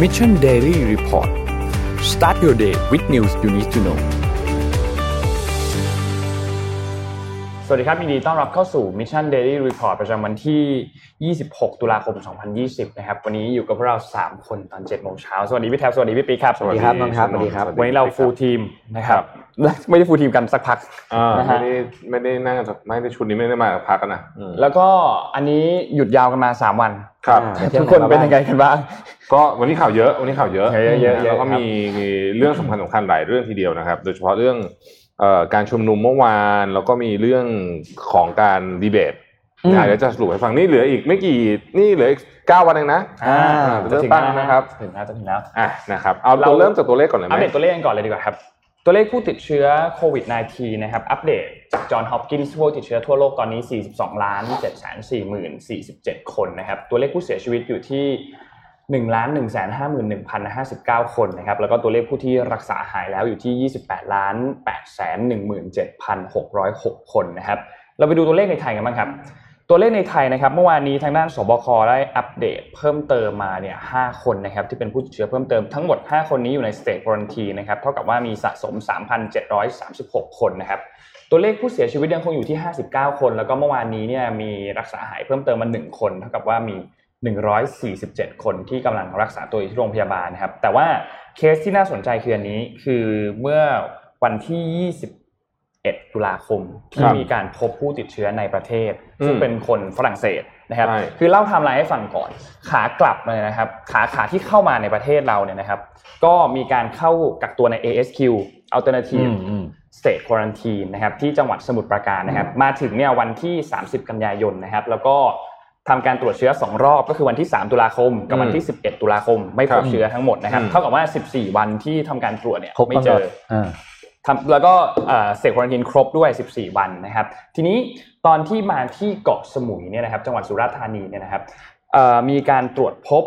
Mission Daily Report start your day with news you need to know สวัสดีครับยินดีต้อนรับเข้าสู่ Mission Daily Report ประจำวันที่ 26 ตุลาคม 2020 นะครับ วันนี้อยู่กับพวกเรา 3 คนตอน 7 โมงเช้า สวัสดีพี่แทบสวัสดีพี่ปีครับ สวัสดีครับน้องครับสวัสดีครับ วันนี้เราฟูลทีมนะครับ ไม่ได้ฟูลทีมกันสักพัก อ่า นะ ไม่ ฮะ ได้ไม่ได้นั่งกันสักไม่ได้ชุดนี้ไม่ได้มาพักกันนะแล้ว แล้วก็อันนี้หยุดยาวกันมา 3 วัน ครับ อ่าทุกคนเป็นยังไงกันบ้าง ก็วันนี้ข่าวเยอะวันนี้ข่าวเยอะ เยอะเยอะ นะ เยอะ แล้วก็ ครับ มีมีเรื่องสำคัญสำคัญหลายเรื่องทีเดียวนะครับ โดยเฉพาะเรื่องเอ่อการชุมนุมเมื่อวานแล้วก็มีเรื่องของการดีเบต อืม นะเดี๋ยวจะสรุปให้ฟังนี่เหลืออีกไม่กี่นี่เหลืออีกเก้าวันเองนะ อ่า เลือกตั้งนะครับ ถึงแล้วจะถึงแล้ว อ่ะนะครับเอา เรา เราเริ่มจากตัวเลขก่อนเลยไห อัป ม เดตตัวเลขกันก่อนเลยดีกว่าครับ ตัวเลขผู้ติดเชื้อโควิด -19 นะครับ อัปเดตจากจอห์นฮอปกินส์ผู้ติดเชื้อทั่วโลกตอนนี้ 42 ล้าน7 4 0 4 7 คนนะครับ ตัวเลขผู้เสียชีวิตอยู่ที่ 1 1 5 1 0 5 9 คนนะครับ แล้วก็ตัวเลขผู้ที่รักษาหายแล้วอยู่ที่ 28 ล้าน8 1 7 6 0 6 คนนะครับ เราไปดูตัวเลขในไทยกันบ้างครับ ตัวเลขในไทยนะครับ เมื่อวานนี้ทางด้านสบคได้อัปเดตเพิ่มเติมมาเนี่ย5คนนะครับที่เป็นผู้ติดเชื้อเพิ่มเติมทั้งหมด 5 คนนี้อยู่ในสเตจ u a r a n t ีนะครับเท่ากับว่ามีสะสม 3,736 คนนะครับ ตัวเลขผู้เสียชีวิตยังคงอยู่ที่ 59 คน แล้วก็เมื่อวานนี้เนี่ยมีรักษาหายเพิ่มเติมมา 1 คน เท่ากับว่ามี 147 คนที่กำลังรักษาตัวอยู่ที่โรงพยาบาลนะครับ แต่ว่าเคสที่น่าสนใจคืออันนี้คือเมื่อวันที่ 21 ตุลาคมคที่รับ มีการพบผู้ติดเชื้อในประเทศ อืม ซึ่งเป็น เป็นคนฝรั่งเศสนะครับ ใช่ คือเล่าไทม์ไลน์ให้ฟังก่อน ขากลับมาเนี่ยนะครับ ขาขาที่เข้ามาในประเทศเราเนี่ยนะครับ ก็มีการเข้ากักตัวใน ASQ Alternative State Quarantine นะครับที่จังหวัดสมุทรปราการนะครับ มาถึงเนี่ยวันที่ 30 กันยายนนะครับ แล้วก็ทำการตรวจเชื้อ 2 รอบก็คือวันที่ 3 ตุลาคม กับวันที่ 11 ตุลาคม ไม่พ ครับ บ เชื้อทั้งหมดนะครับ อืม เท่ากับว่า 14 วันที่ทำการตรวจเนี่ย ครบ ไม่เจ กำหน อ ดอ่า ทำแล้วก็เสกควอนตินครบด้วย 14 วันนะครับ ทีนี้ตอนที่มาที่เกาะสมุยเนี่ยนะครับจังหวัดสุราษฎร์ธานีเนี่ยนะครับเอ่อมีการตรวจพบ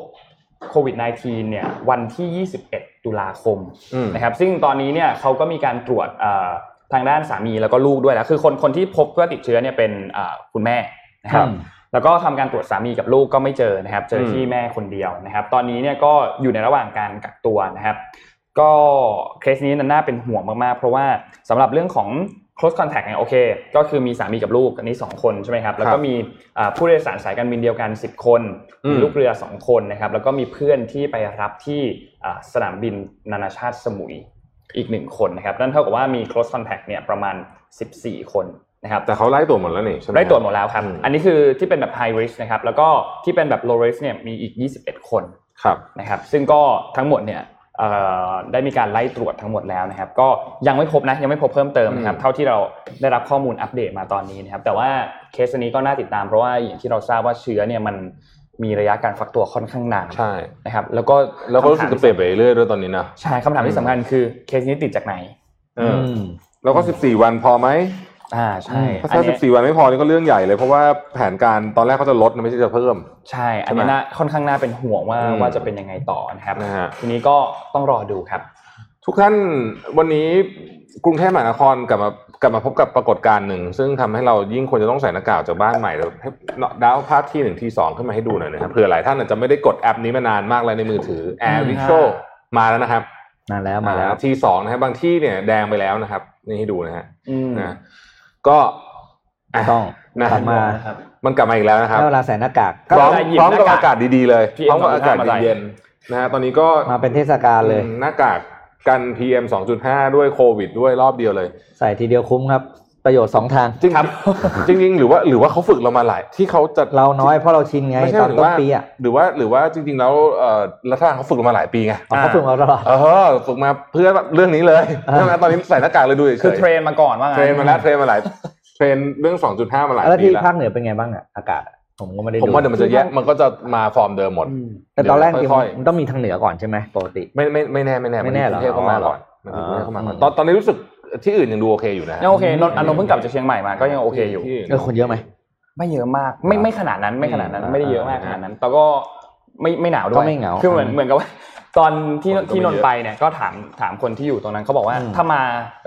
โควิด -19 เนี่ยวันที่ 21 ตุลาคม อืม นะครับซึ่งตอนนี้เนี่ยเขาก็มีการตรวจเอ่อทางด้านสามีแล้วก็ลูกด้วยแล้วคือคนคนที่พบว่าติดเชื้อเนี่ยเป็นเอ่อคุณแม่นะครับ อืม แล้วก็ทำการตรวจสามีกับลูกก็ไม่เจอนะครับ เจอที่ อืม แม่คนเดียวนะครับ ตอนนี้เนี่ยก็อยู่ในระหว่างการกักตัวนะครับ ก็เคสนี้น่าเป็นห่วงมากๆ เพราะว่าสำหรับเรื่องของ close contact เนี่ยโอเค ก็คือมีสามีกับลูกอันนี้ 2 คนใช่ไหมครับ แล้วก็มีอ่าผู้โดยสารสายการบินเดียวกัน 10 คน อืม มีลูกเรือ 2 คนนะครับ แล้วก็มีเพื่อนที่ไปรับที่อ่าสนามบินนานาชาติสมุยอีก 1 คนนะครับ นั่นเท่ากับว่ามี close contact เนี่ยประมาณ 14 คนนะครับ แต่เขาไล่ตัวจหมดแล้วนี่ใช่ไหม ได้ตรวจหมดแล้วครับ อืม อันนี้คือที่เป็นแบบ high risk นะครับ แล้วก็ที่เป็นแบบ low risk เนี่ยมีอีก 21 คน ครับ นะครับ ซึ่งก็ทั้งหมดเนี่ยเอ่อได้มีการไล่ตรวจทั้งหมดแล้วนะครับ ก็ยังไม่พบนะ ยังไม่พบเพิ่มเติมนะครับ อืม เท่าที่เราได้รับข้อมูลอัปเดตมาตอนนี้นะครับ แต่ว่าเคสอันนี้ก็น่าติดตามเพราะว่าอย่างที่เราทราบว่าเชื้อเนี่ยมันมีระยะการฟักตัวค่อนข้างนาน ใช่ นะครับ แล้วก็ แล้วก็รู้สึคำถาก ม จะเปลี่ยนไปเรื่อยๆด้วยตอนนี้นะ ใช่คำถามที่สำคัญคือเคสนี้ติดจากไหน เอออแล้วก็สิบสี่วันพอไหม อ่า ใช่ ถ้า อัน ถ้า เนี้ย 14 วันไม่พอนี่ก็เรื่องใหญ่เลยเพราะว่าแผนการตอนแรกเขาจะลดนะไม่ใช่จะเพิ่ม ใช่ อันนี้ ใช่ไหม น่าค่อนข้างน่าเป็นห่วงว่า อืม ว่าจะเป็นยังไงต่อนะครับ นะฮะ ทีนี้ก็ต้องรอดูครับ ทุกท่านวันนี้กรุงเทพมหานครกลับมากลับมาพบกับปรากฏการณ์หนึ่ง ซึ่งทำให้เรายิ่งควรจะต้องใส่หน้ากากจากบ้านใหม่เดี๋ยวให้ดาวพาร์ทที่หนึ่งที่สองขึ้นมาให้ดูหน่อยนะครับเผื่อหลายท่านอาจจะไม่ได้กดแอปนี้มานานมากเลยในมือถือ Air อืม Visual มาแล้วนะครับ มาแล้วมาแล้ว ทีสองนะครับบางที่เนี่ยแดงไปแล้วนะครับ นี่ให้ดูนะฮะ อืม นะก็ะ ต้อง นะ กลับมา ครับ มันกลับมาอีกแล้วนะครับ ได้เวลาใส่หน้ากาก พร้อม เวลาหยิบ พร้อมกับ หน้ากาก อากาศดีๆเลย PM พร้อมกับอากาศ สองจุดห้ามาใส่ เย็นๆนะฮะตอนนี้ก็ มาเป็นเทศกาลเลย หน้ากากกัน PM 2.5 ด้วยโควิดด้วยรอบเดียวเลย ใส่ทีเดียวคุ้มครับ ประโยชน์สองทาง จริงครับ จริงๆ หรือว่าหรือว่าเขาฝึกเรามาหลายที่เขาจะ เราน้อยเพราะเราชินไง ไม่ใช่ ตอหนรือ ต้น ว่า ปีอ่ะ หรือว่าหรือว่าจริงๆ แล้วเอ่อรัฐบาลเขาฝึกเรามาหลายปีไง เอาเขาฝึกมาตลอด เออฝึกมาเพื่อแบบเรื่องนี้เลย อ่า ใช่ไหมตอนนี้ใส่หน้ากากเลยดูเฉยๆ คือเทรนมาก่อนว่างั้น เทรนมาแล้วเทรนมาหลายเทรนเรื่อง 2.5 มาหลาย แล้ว ปี ที่ แล้ว ภาคเหนือเป็นไงบ้างอ่ะอากาศอะผมก็ไม่ได้ ผม ดู ว่าเดี๋ยวมันจะแย่มันก็จะมาฟอร์มเดิมหมด อืม แต่ตอนแรกจริง ค่อยๆ มันต้องมีทางเหนือก่อนใช่ไหมปกติ ไม่ไม่ไม่แน่ไม่แน่ ไม่แน่เหรอ มันมีกรุงเทพเข้ามาก่อน อ๋ มัน อ มีกรุงเทพเข้ามาก่อนตอนตอนนี้รู้สึกที่อื่นยังดูโอเคอยู่นะฮะ ยังโอเคนนท์อานนท์เพิ่งกลับจากเชียงใหม่มาก็ยังโอเคอยู่ ที่น เออคนเยอะไหม ไม่เยอะมาก ไม่ไม่ขนาดนั้นไม่ขนาดนั้น อืม ไม่ได้เยอะมากขนาดนั้น แต่ก็ไม่ไม่หนาวด้วย ก็ไม่เหงา คือเหมือน อืม เหมือนกับว่า ตอนที่ คนก็ ที่ ไม่ น เยอะ นท์ไปเนี่ยก็ถามถามคนที่อยู่ตรงนั้นเขาบอกว่า อืม ถ้ามา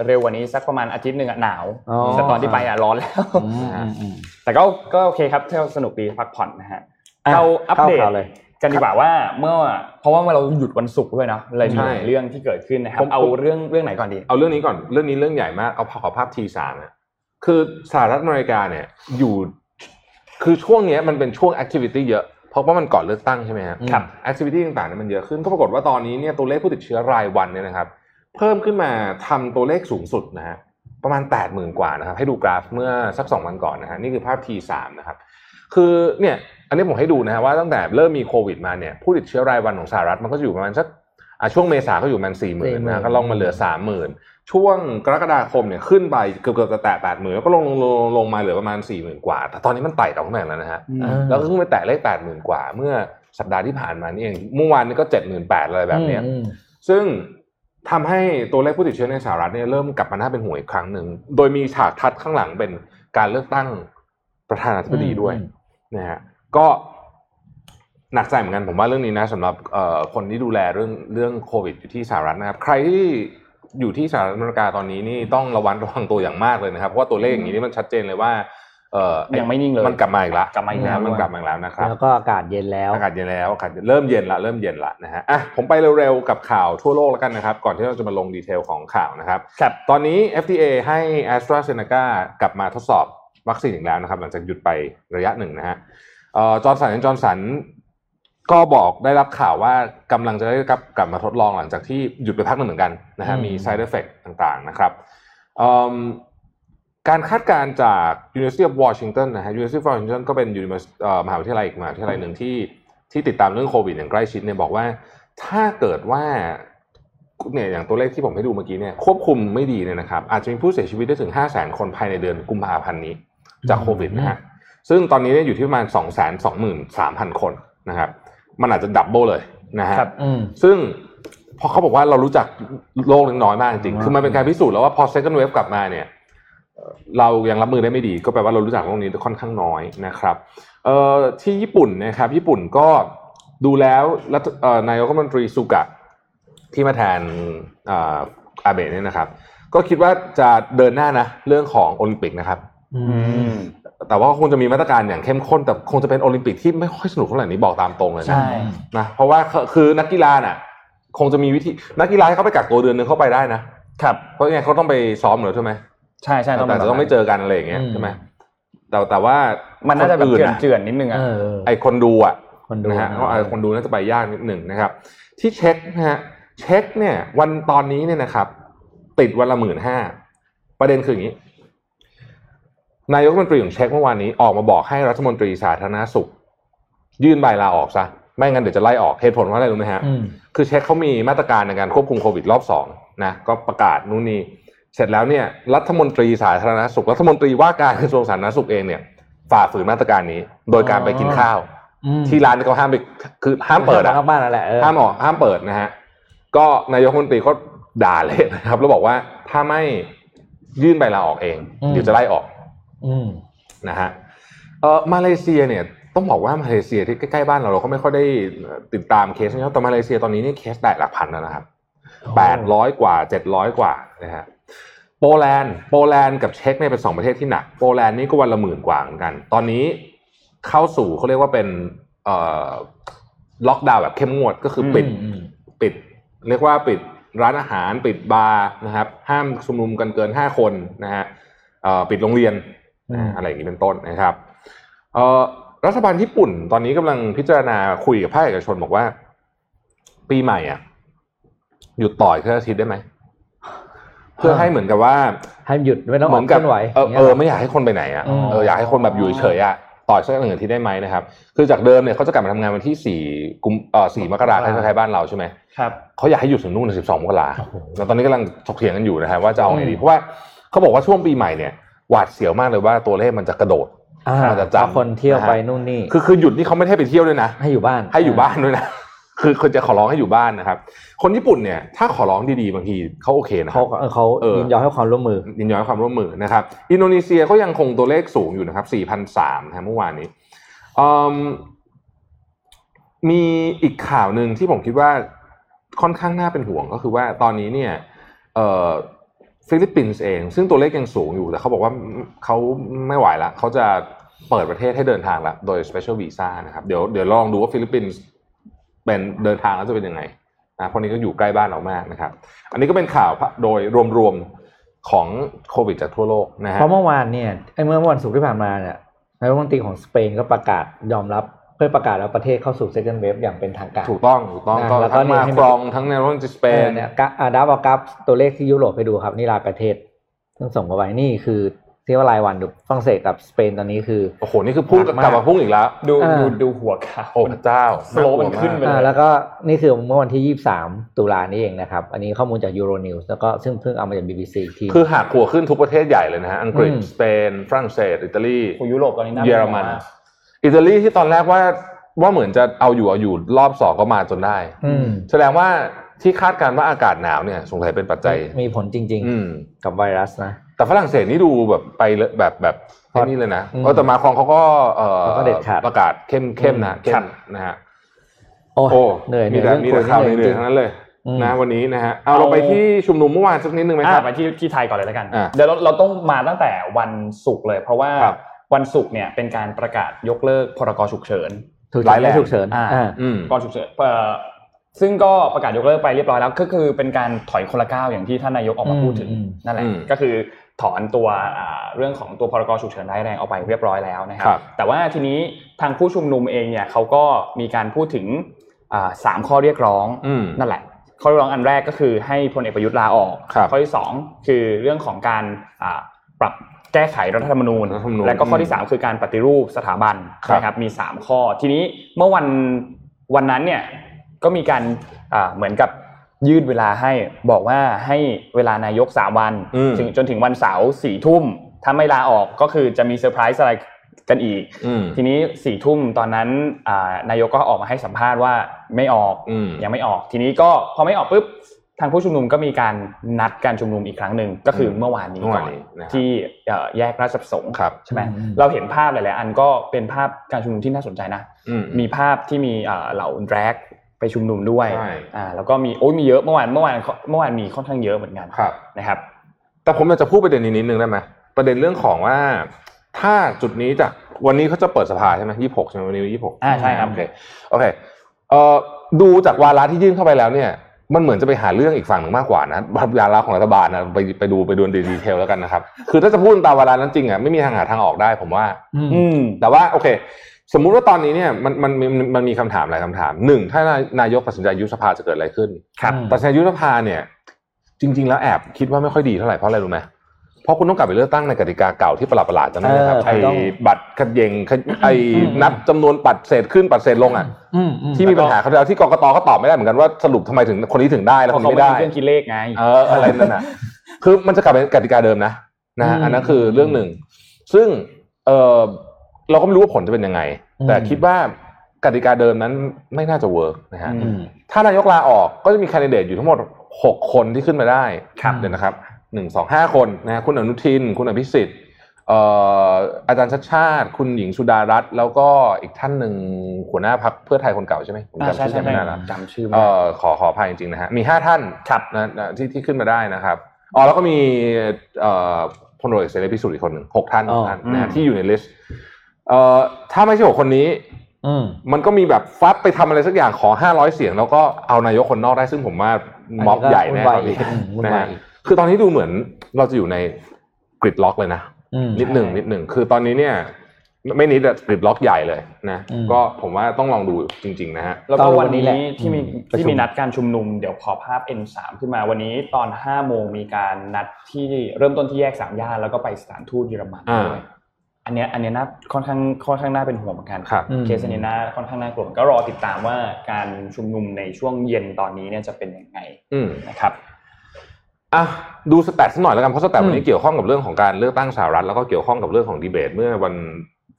เร็วกว่านี้สักประมาณอาทิตย์หนึ่งอะหนาว อ๋อ แต่ตอนที่ไปอะร้อนแล้ว อืมอืมอืม แต่ก็ก็โอเคครับเที่ยวสนุกดีพักผ่อนนะฮะ อ่ะ เราอัปเดต เข้าข่าวเลย กันดีกว่าว่าเมื่อเพราะว่าเราหยุดวันศุกร์ด้วยเนาะเลยมี ใช่ หลายเรื่องที่เกิดขึ้นนะครับ ผม เอาเรื่องเรื่องไหนก่อนดี เอาเรื่องนี้ก่อนเรื่องนี้เรื่องใหญ่มากเอาขอภาพทีสามนะคือสหรัฐอเมริกาเนี่ยอยู่คือช่วงเนี้ยมันเป็นช่วงแอคทิวิตี้เยอะเพราะว่ามันก่อนเลือกตั้งใช่ไหมฮะ ครับ แอคทิวิตี้ต่างๆเนี่ยมันเยอะขึ้นก็ปรากฏว่าตอนนี้เนี่ยตัวเลขผู้ติดเชื้อรายวันเนี่ยนะครับ เพิ่มขึ้นมาทำตัวเลขสูงสุดนะฮะประมาณ 8 0,000 กว่านะครับ ให้ดูกราฟเมื่อสัก2วันก่อนนะฮะนี่คือภาพ T3 นะครับ คือเนี่ยอันนี้ผมให้ดูนะฮะว่าตั้งแต่เริ่มมีโควิดมาเนี่ยผู้ติดเชื้อรายวันของสหรัฐมันก็อยู่ประมาณสักอ่ะช่วงเมษาก็อยู่ประมาณ4 0,000นะฮะก็ลงมาเหลือ 30,000 ช่วงกรกฎาคมเนี่ยขึ้นไปเกือบเกือบจะแตะ80,000แล้วก็ลงลงลงลงมาเหลือประมาณ 40,000 กว่า แต่ตอนนี้มันไต่ต่อขึ้นมาอีกแล้วนะฮะ อืม อ่า แล้วก็เพิ่งไปแตะเลข 80,000 กว่า เมื่อสัปดาห์ที่ผ่านมานี่เองเมื่อวานนี้ก็ 78,000อะไรแบบเนี้ย อืม ซึ่งทำให้ตัวเลขผู้ติดเชื้อในสหรัฐเนี่ยเริ่มกลับมาน่าเป็นห่วงอีกครั้งหนึ่ง โดยมีฉากทัดข้างหลังเป็นการเลือกตั้งประธานาธิบดีด้วย อืม นะฮะก็หนักใจเหมือนกันผมว่าเรื่องนี้นะสำหรับเอ่อคนที่ดูแลเรื่องเรื่องโควิดอยู่ที่สหรัฐนะครับ ใครที่อยู่ที่สหรัฐอเมริกาตอนนี้นี่ต้องระวังระวังตัวอย่างมากเลยนะครับเพราะว่าตัวเลขอย่างนี้นี่มันชัดเจนเลยว่าเอ่ออ้ ยังไม่นิ่งเลย มันกลับมาอีกแล้ว กลับมาอีกแล้ว นกลับมาอีกแล้วนะครับ แล้วก็อากาศเย็นแล้ว อากาศเย็นแล้วอากาศเย็นเริ่มเย็นละเริ่มเย็นละนะฮะอ่ะผมไปเร็วๆกับข่าวทั่วโลกแล้วกันนะครับ ก่อนที่เราจะมาลงดีเทลของข่าวนะครับ ครับ ตอนนี้ FDA ให้ AstraZeneca กลับมาทดสอบวัคซีนอีกแล้วนะครับ หลังจากหยุดไประยะหนึ่งนะฮะจอร์นสันจอร์นสันก็บอกได้รับข่าวว่ากำลังจะได้กลับกลับมาทดลองหลังจากที่หยุดไปพักหนึ่งเหมือนกันนะฮะ อืม มี side effect ต่างๆนะครับเอิ่มการคาดการณ์จาก University of Washington นะฮะ University of Washington ก็เป็น Univers- เอ่อมหาวิทยาลัยอีกมหาวิทยาลัยหนึ่งที่ที่ติดตามเรื่องโควิดอย่างใกล้ชิดเนี่ยบอกว่า ถ้าเกิดว่าเนี่ยอย่างตัวเลขที่ผมให้ดูเมื่อกี้เนี่ยควบคุมไม่ดีเนี่ยนะครับ อาจจะมีผู้เสียชีวิตได้ถึง 5 0 0 0 0 0 คนภายในเดือนกุมภาพันธ์นี้ จากโควิดนะฮะซึ่งตอนนี้เนี่ยอยู่ที่ประมาณ 2 2 3 0 0 0 คนนะครับ มันอาจจะดับเบิลเลยนะฮะ ครับ อืม ซึ่งพอเขาบอกว่าเรารู้จักโลกเล็กน้อยมากจริงๆ คือมันเป็นการพิสูจน์แล้วว่าพอเซ o n d เวฟกลับมาเนี่ยเอ่อเรายังรับมือได้ไม่ดี ก็แปลว่าเรารู้จักโลกนี้ค่อนข้างน้อยนะครับเอ่อที่ญี่ปุ่นนะครับญี่ปุ่นก็ดูแล้วรัฐเอ่อนายกรัฐมนตรีสุกะที่มาแทนเอ่ออาเบะเนี่ยนะครับ ก็คิดว่าจะเดินหน้านะเรื่องของโอลิมปิกนะครับ อื อืมมแต่ว่าคงจะมีมาตรการอย่างเข้มข้นแต่คงจะเป็นโอลิมปิกที่ไม่ค่อยสนุกเท่าไหร่นี้บอกตามตรงเลยนะ ใช่ นะเพราะว่าเขาคือนักกีฬาน่ะ คงจะมีวิธีนักกีฬาให้เขาไปกักตัวเดือนหนึงเข้าไปได้นะครับ เพราะยังไงเขาต้องไปซ้อมเหรอใช่ไหม ใช่ใช่ แต่จะต้องไม่เจอกันอะไรอย่างเงี้ย อืม ใช่ไหมแต่แต่ว่า มันน่าจะแบคบอื่ เจือนๆนิดนึงอ่ะ เออ ไอคนดูอ่ะ คนดู นะฮะเขาอาจคนดูน่าจะไปยากนิดหนึ่งนะครับ ที่เช็คนะฮะเช็คเนี่ย วันตอนนี้เนี่ยนะครับ ติดวันละหมื่นห้าประเด็นคืออย่างนี้ นายกรัฐมนตรีของเช็คเมื่อวานนี้ออกมาบอกให้รัฐมนตรีสาธารณสุข ยื่นใบลาออกซะไม่งั้นเดี๋ยวจะไล่ออกเหตุผลว่าอะไรรู้ไหมฮะ อืม คือเช็คเขามีมาตรการในการควบคุมโควิดรอบสองนะก็ประกาศนู่นนี่เสร็จแล้วเนี่ยรัฐมนตรีสาธารณสุข รัฐมนตรีว่าการกระทรวงสาธารณสุขเองเนี่ยฝ่าฝืนมาตรการนี้ โดยการไปกินข้าว อืม ที่ร้านที่เขาห้ามไปคือห้ามเปิดอะ ข้างบ้านนั่นแหละเออ ห้ามออกห้ามเปิดนะฮะก็นายกรัฐมนตรีก็ด่าเละนะครับ แล้วบอกว่าถ้าไม่ยื่นใบลาออกเองเดี๋ยวจะไล่ออก อืม นะฮะเออมาเลเซียเนี่ยต้องบอกว่ามาเลเซียที่ใกล้ๆบ้านเราเราก็ไม่ค่อยได้ติดตามเคสนะครับแต่มาเลเซียตอนนี้เนี่ยเคสแตะหลักพันแล้วนะครับแปดร้อยกว่าเจ็ดร้อยกว่านะฮะโปแลนด์โปแลนด์กับเช็กเนี่ยเป็นสองประเทศที่หนักโปแลนด์นี่ก็วันละหมื่นกว่าเหมือนกัน ตอนนี้เข้าสู่เขาเรียกว่าเป็นเอ่อล็อกดาวน์แบบเข้มงวดก็คือปิด อืม ปิดเรียกว่าปิดร้านอาหารปิดบาร์นะครับ ห้ามชุมนุมกันเกินห้าคนนะฮะเอ่อปิดโรงเรียน อืม นะอะไรอย่างนี้เป็นต้นนะครับเอ่อรัฐบาลญี่ปุ่นตอนนี้กำลังพิจารณาคุยกับภาคเอกชนบอกว่า ปีใหม่อ่ะหยุดต่อยแค่อาทิตย์ได้ไหม เพื่อให้เหมือนกับว่า ให้หยุดไม่ต้อง เห อ มื อ อก น เค กับ ลื่อนไหว เออย่าง เอ งี้ยห อ ร ไม่อยากให้คนไปไหนอ่ะ อืม เอออยากให้คนแบบอยู่เฉยๆอ่ะต่อยสักหนึ่งอาทิตย์ได้ไหมนะครับ คือจากเดิมเนี่ยเขาจะกลับมาทำงานวันที่สี่กุมเอ่อสี่มกราคมคล้ายๆบ้านเราใช่ไหม ครับ เขาอยากให้หยุดถึงนู่นสิบสองมกรา โอ้โห แล้วตอนนี้กำลังถกเถียงกันอยู่นะฮะว่าจะเอาไงดี เพราะว่าเขาบอกว่าช่วงปีใหม่เนี่ยหวาดเสียวมากเลยว่าตัวเลขมันจะกระโดด อ่า อาจจะจำ เพราะคนเที่ยวไปนู่นนี่ คือคือหยุดนี่เขาไม่ได้ให้ไปเที่ยวด้วยนะ ให้อยู่บ้าน ให้อยู่บ้านด้วยนะ คือคนจะขอร้องให้อยู่บ้านนะครับ คนญี่ปุ่นเนี่ยถ้าขอร้องดีๆบางทีเขาโอเคนะ เขาเออเขา เออ ยินยอมให้ความร่วมมือ ยินยอมให้ความร่วมมือนะครับ อินโดนีเซียก็ยังคงตัวเลขสูงอยู่นะครับ 4,003นะฮะเมื่อวานนี้อืมมีอีกข่าวหนึ่งที่ผมคิดว่าค่อนข้างน่าเป็นห่วงก็คือว่าตอนนี้เนี่ยเอ่อฟิลิปปินส์เอง ซึ่งตัวเลขยังสูงอยู่แต่เขาบอกว่าเขาไม่ไหวละเขาจะเปิดประเทศให้เดินทางละโดย special visa นะครับ เดี๋ยวเดี๋ยวลองดูว่าฟิลิปปินส์ เป็นเดินทางแล้วจะเป็นยังไงนะเพราะนี้ก็อยู่ใกล้บ้านเรามากนะครับ อันนี้ก็เป็นข่าวโดยรวมๆของโควิดจากทั่วโลกนะฮะ เพราะเมื่อวานเนี่ยไอ้เมื่อวันศุกร์ที่ผ่านมาเนี่ยนายกรัฐมนตรีของสเปนก็ประกาศยอมรับเพื่อประกาศแล้วประเทศเข้าสู่ second wave อย่างเป็นทางการ ถูกต้องถูกต้อง นะ ก็ แล้วก็ ทั้งมา ให้มัน ครองทั้งในรัฐสเป เอน อเนี่ยกราฟอ่าดับเอากราฟตัวเลขที่ยุโรปไปดูครับ นี่รายประเทศต้องส่งเข้าไปนี่คือที่ว่ารายวันดูฝรั่งเศสกับสเปนตอนนี้คือ โอ้โห นี่คือพุ่งกลับ หนักมาก กลับมาพุ่งอีกแล้ว ดู อ่า ดูดูหัวข่าว โอ้พระเจ้า สโลว์มันขึ้นากไปลัว อ่า มา แล้วก็นี่คือเมื่อวันที่ 23 ตุลานี่เองนะครับ อันนี้ข้อมูลจาก Euronews แล้วก็ซึ่งเพิ่งเอามาจาก BBC อีกที กคือหักหัวขึ้นทุกประเทศใหญ่เลยนะฮะ อังกฤษ อืม สเปน ฝรั่งเศส อิตาลี โอ้ยุโรปตอนนี้น่า เยอรมัน อิตาลีที่ตอนแรกว่าว่าเหมือนจะเอาอยู่เอาอยู่รอบสองก็มาจนได้ อืม แสดงว่าที่คาดการณ์ว่าอากาศหนาวเนี่ยสงสัยเป็นปัจจัย มีผลจริง อืม ๆ กับไวรัสนะ แต่ฝรั่งเศสนี่ดูแบบไปเลยแบบแบบไอ้นี่เลยนะ อืม เออแต่มาครองเขาก็เออ เขาก็เด็ดขาด ประกาศเข้มเข้มนะเข้มนะฮะ โอ้ โอ้ เหนื่อยเห มี นื่อย แต่ เรื่อง มี โค แต่ วิด ข่าว เห เห นื่อย นื่ จ อยๆริงทั้งนั้นเลย อืม นะวันนี้นะฮะเอาเราไปที่ชุมนุมเมื่อวานสักนิดนึงไหมค อ่า รับ ไปที่ที่ไทยก่อนเลยแล้วกัน อ่า เดี๋ยวเราเราต้องมาตั้งแต่วันศุกร์เลย เพราะว่า ครับ วันศุกร์เนี่ยเป็นการประกาศยกเลิกพรกฉุกเฉิน ถูก หลายแหล่ง ฉุกเฉิน อ่า อ่า อืม ก่อนฉุกเฉินเอ่อซึ่งก็ประกาศยกเลิกไปเรียบร้อยแล้วก็คือเป็นการถอยคนละก้าวอย่างที่ท่านนายกออกมาพูดถึง อืมอืม นั่นแหละ อืม ก็คือถอนตัวอ่าเรื่องของตัวพรกฉุกเฉินร้ายแรงออกไปเรียบร้อยแล้วนะครั ครับ แต่ว่าทีนี้ทางผู้ชุมนุมเองเนี่ยเขาก็มีการพูดถึงอ่าสามข้อเรียกร้อง อืม นั่นแหละข้อเรียกร้องอันแรกก็คือให้พลเอกประยุทธ์ลาออก ครับ ข้อที่สองคือเรื่องของการอ่าปรับแก้ไขรัฐธรรมนูญ รัฐธรรมนูญ และก็ข้อที่สามคือการปฏิรูปสถาบัน ครับ นะครับมีสามข้อ ทีนี้เมื่อวันวันนั้นเนี่ยก็มีการอ่าเหมือนกับยืดเวลาให้บอกว่าให้เวลานายกสามวัน อืม ถึงจนถึงวันเสาร์สี่ทุ่มถ้าไม่ลาออกก็คือจะมีเซอร์ไพรส์อะไรกันอีก อืม ทีนี้สี่ทุ่มตอนนั้นอ่านายกก็ออกมาให้สัมภาษณ์ว่าไม่ออก อืม ยังไม่ออกทีนี้ก็พอไม่ออกปุ๊บทางผู้ชุมนุมก็มีการนัดการชุมนุมอีกครั้งหนึ่งก็คือ ม เมื่อวานนี้ เมื่อ ก่ วา อน น นี้นะครับ ที่เอ่อแยกราชประสงค์ ครับ ใช่ไหม อืม เราเห็นภาพหลายๆอันก็เป็นภาพการชุมนุมที่น่าสนใจนะ อืม มีภาพที่มีเอ่อเหล่าแดรกไปชุมนุมด้วย ใช่ อ่าแล้วก็มีโอ้ยมีเยอะเมื่อวานเมื่อวานเมื่อวานมีค่อนข้างเยอะเหมือนกัน ครับ นะครับ แต่ผมอยากจะพูดประเด็นนี้นิดนึงได้ไหมประเด็นเรื่องของว่า ถ้าจุดนี้จากวันนี้เขาจะเปิดสภาใช่ไหมยี่หกใช่ไหมวันนี้ยี่หก อ่าใช่ครับ โอเคโอเคเอ่อดูจากวาระที่ยื่นเข้าไปแล้วเนี่ย มันเหมือนจะไปหาเรื่องอีกฝั่งหนึ่งมากกว่านะ วาระของรัฐบาลนะไปไปดูไปดูดีเทลแล้วกันนะครับ คือถ้าจะพูดตามวาระนั้นจริงอ่ะไม่มีทางหาทางออกได้ผมว่า อืม อืม แต่ว่าโอเค สมมุติว่าตอนนี้เนี่ยมันมันมันมันมีคำถามหลายคำถามหนึ่งถ้านายนายกตัดสินใจยุบสภาจะเกิดอะไรขึ้น ครับ ตัดสินใจยุบสภาเนี่ย จริง ๆ แล้วแอบคิดว่าไม่ค่อยดีเท่าไหร่เพราะอะไรรู้ไหมเพราะคุณต้องกลับไปเลือกตั้งในกติกาเก่าที่ประหลาดประหลาดๆจำได้ไหมครับ เออ ไอ้ ต้อง บัตรขัดเยงขยไอ้นับจำนวนปัดเศษขึ้นปัดเศษลงอ่ะ อืมอืม ที่มีปัญหาเขาวที่แล้วที่กกตก็ตอบไม่ได้เหมือนกันว่าสรุปทำไมถึงคนนี้ถึงได้แล้ว เพ ค ราะ น เขา นี้ ไม่ ไม่ได้ มีเครื่องคิดเลขไง เอออะไรนั่นน่ะ คือมันจะกลับเป็นกติกาเดิมนะนะฮะ อืม อันนั้นคือเรื่องหนึ่ง ซึ่งเออเราก็ไม่รู้ว่าผลจะเป็นยังไง อืม แต่คิดว่ากติกาเดิมนั้นไม่น่าจะเวิร์กนะฮะ อื อืม ถ้านายกลาออกก็จะมีแคนดิเดตอยู่ทั้งหมด 6 คนที่ขึ้นมาได้ ครับ เดี๋ยวนะครับหนึ่งสองห้าคนนะฮะคุณอนุทิน คุณอภิสิทธิ์เอ่ออาจารย์ชัดชาติ คุณหญิงสุดารัตน์แล้วก็อีกท่านหนึ่งหัวหน้าพักเพื่อไทยคนเก่าใช่ไหมผม อ่า จำ ใช่ ชื่อ ใช่ ไม่ได้แล้ว จำชื่อไม่ เอ่ ได้ อขอขออภัยจริงๆนะฮะมีห้าท่าน ครับ นะนะที่ที่ขึ้นมาได้นะครับอ๋อแล้วก็มีเอ่อพลตำรวจเอกเสรีพิสุทธิ์อีกคนหนึ่งหกท่าน อ๋ ห อ กท่านนะฮะ อืม ที่อยู่ในลิสต์เอ่อถ้าไม่ใช่หกคนนี้ อืม มันก็มีแบบฟัดไปทำอะไรสักอย่างขอห้าร้อยเสียง แล้วก็เอานายกคนนอกได้ซึ่งผมว่าม็อบใหญ่แน่คราวนี้ อืมวุ่น นะ วาย ฮะ อีก คือตอนนี้ดูเหมือนเราจะอยู่ในกริดล็อกเลยนะ อืม นิดหนึ่งนิดหนึ่งคือตอนนี้เนี่ย ไม่นิดอะกริดล็อกใหญ่เลยนะ อืม ก็ผมว่าต้องลองดูจริง ๆ นะฮะ แล้วก็ ตอน วัน วันนี้ นี้ แหละ ที่มี อืมประชุม ที่มีนัดการชุมนุมเดี๋ยวขอภาพ N3 ขึ้นมาวันนี้ตอน5โมงมีการนัดที่เริ่มต้นที่แยกสามย่านแล้วก็ไปสถานทูตเยอรมัน อ่า ด้วยอันเนี้ยอันเนี้ยน่าค่อนข้างค่อนข้างน่าเป็นห่วงเหมือนกัน ครับ อืม เคสอันเนี้ยน่าค่อนข้างน่ากลัวก็รอติดตามว่าการชุมนุมในช่วงเย็นตอนนี้เนี่ยจะเป็นยังไง อืม นะครับ อ่ะดูสแตทสักหน่อยแล้วกันเพราะสแตท อืม วันนี้เกี่ยวข้องกับเรื่องของการเลือกตั้งสหรัฐแล้วก็เกี่ยวข้องกับเรื่องของดีเบตเมื่อวัน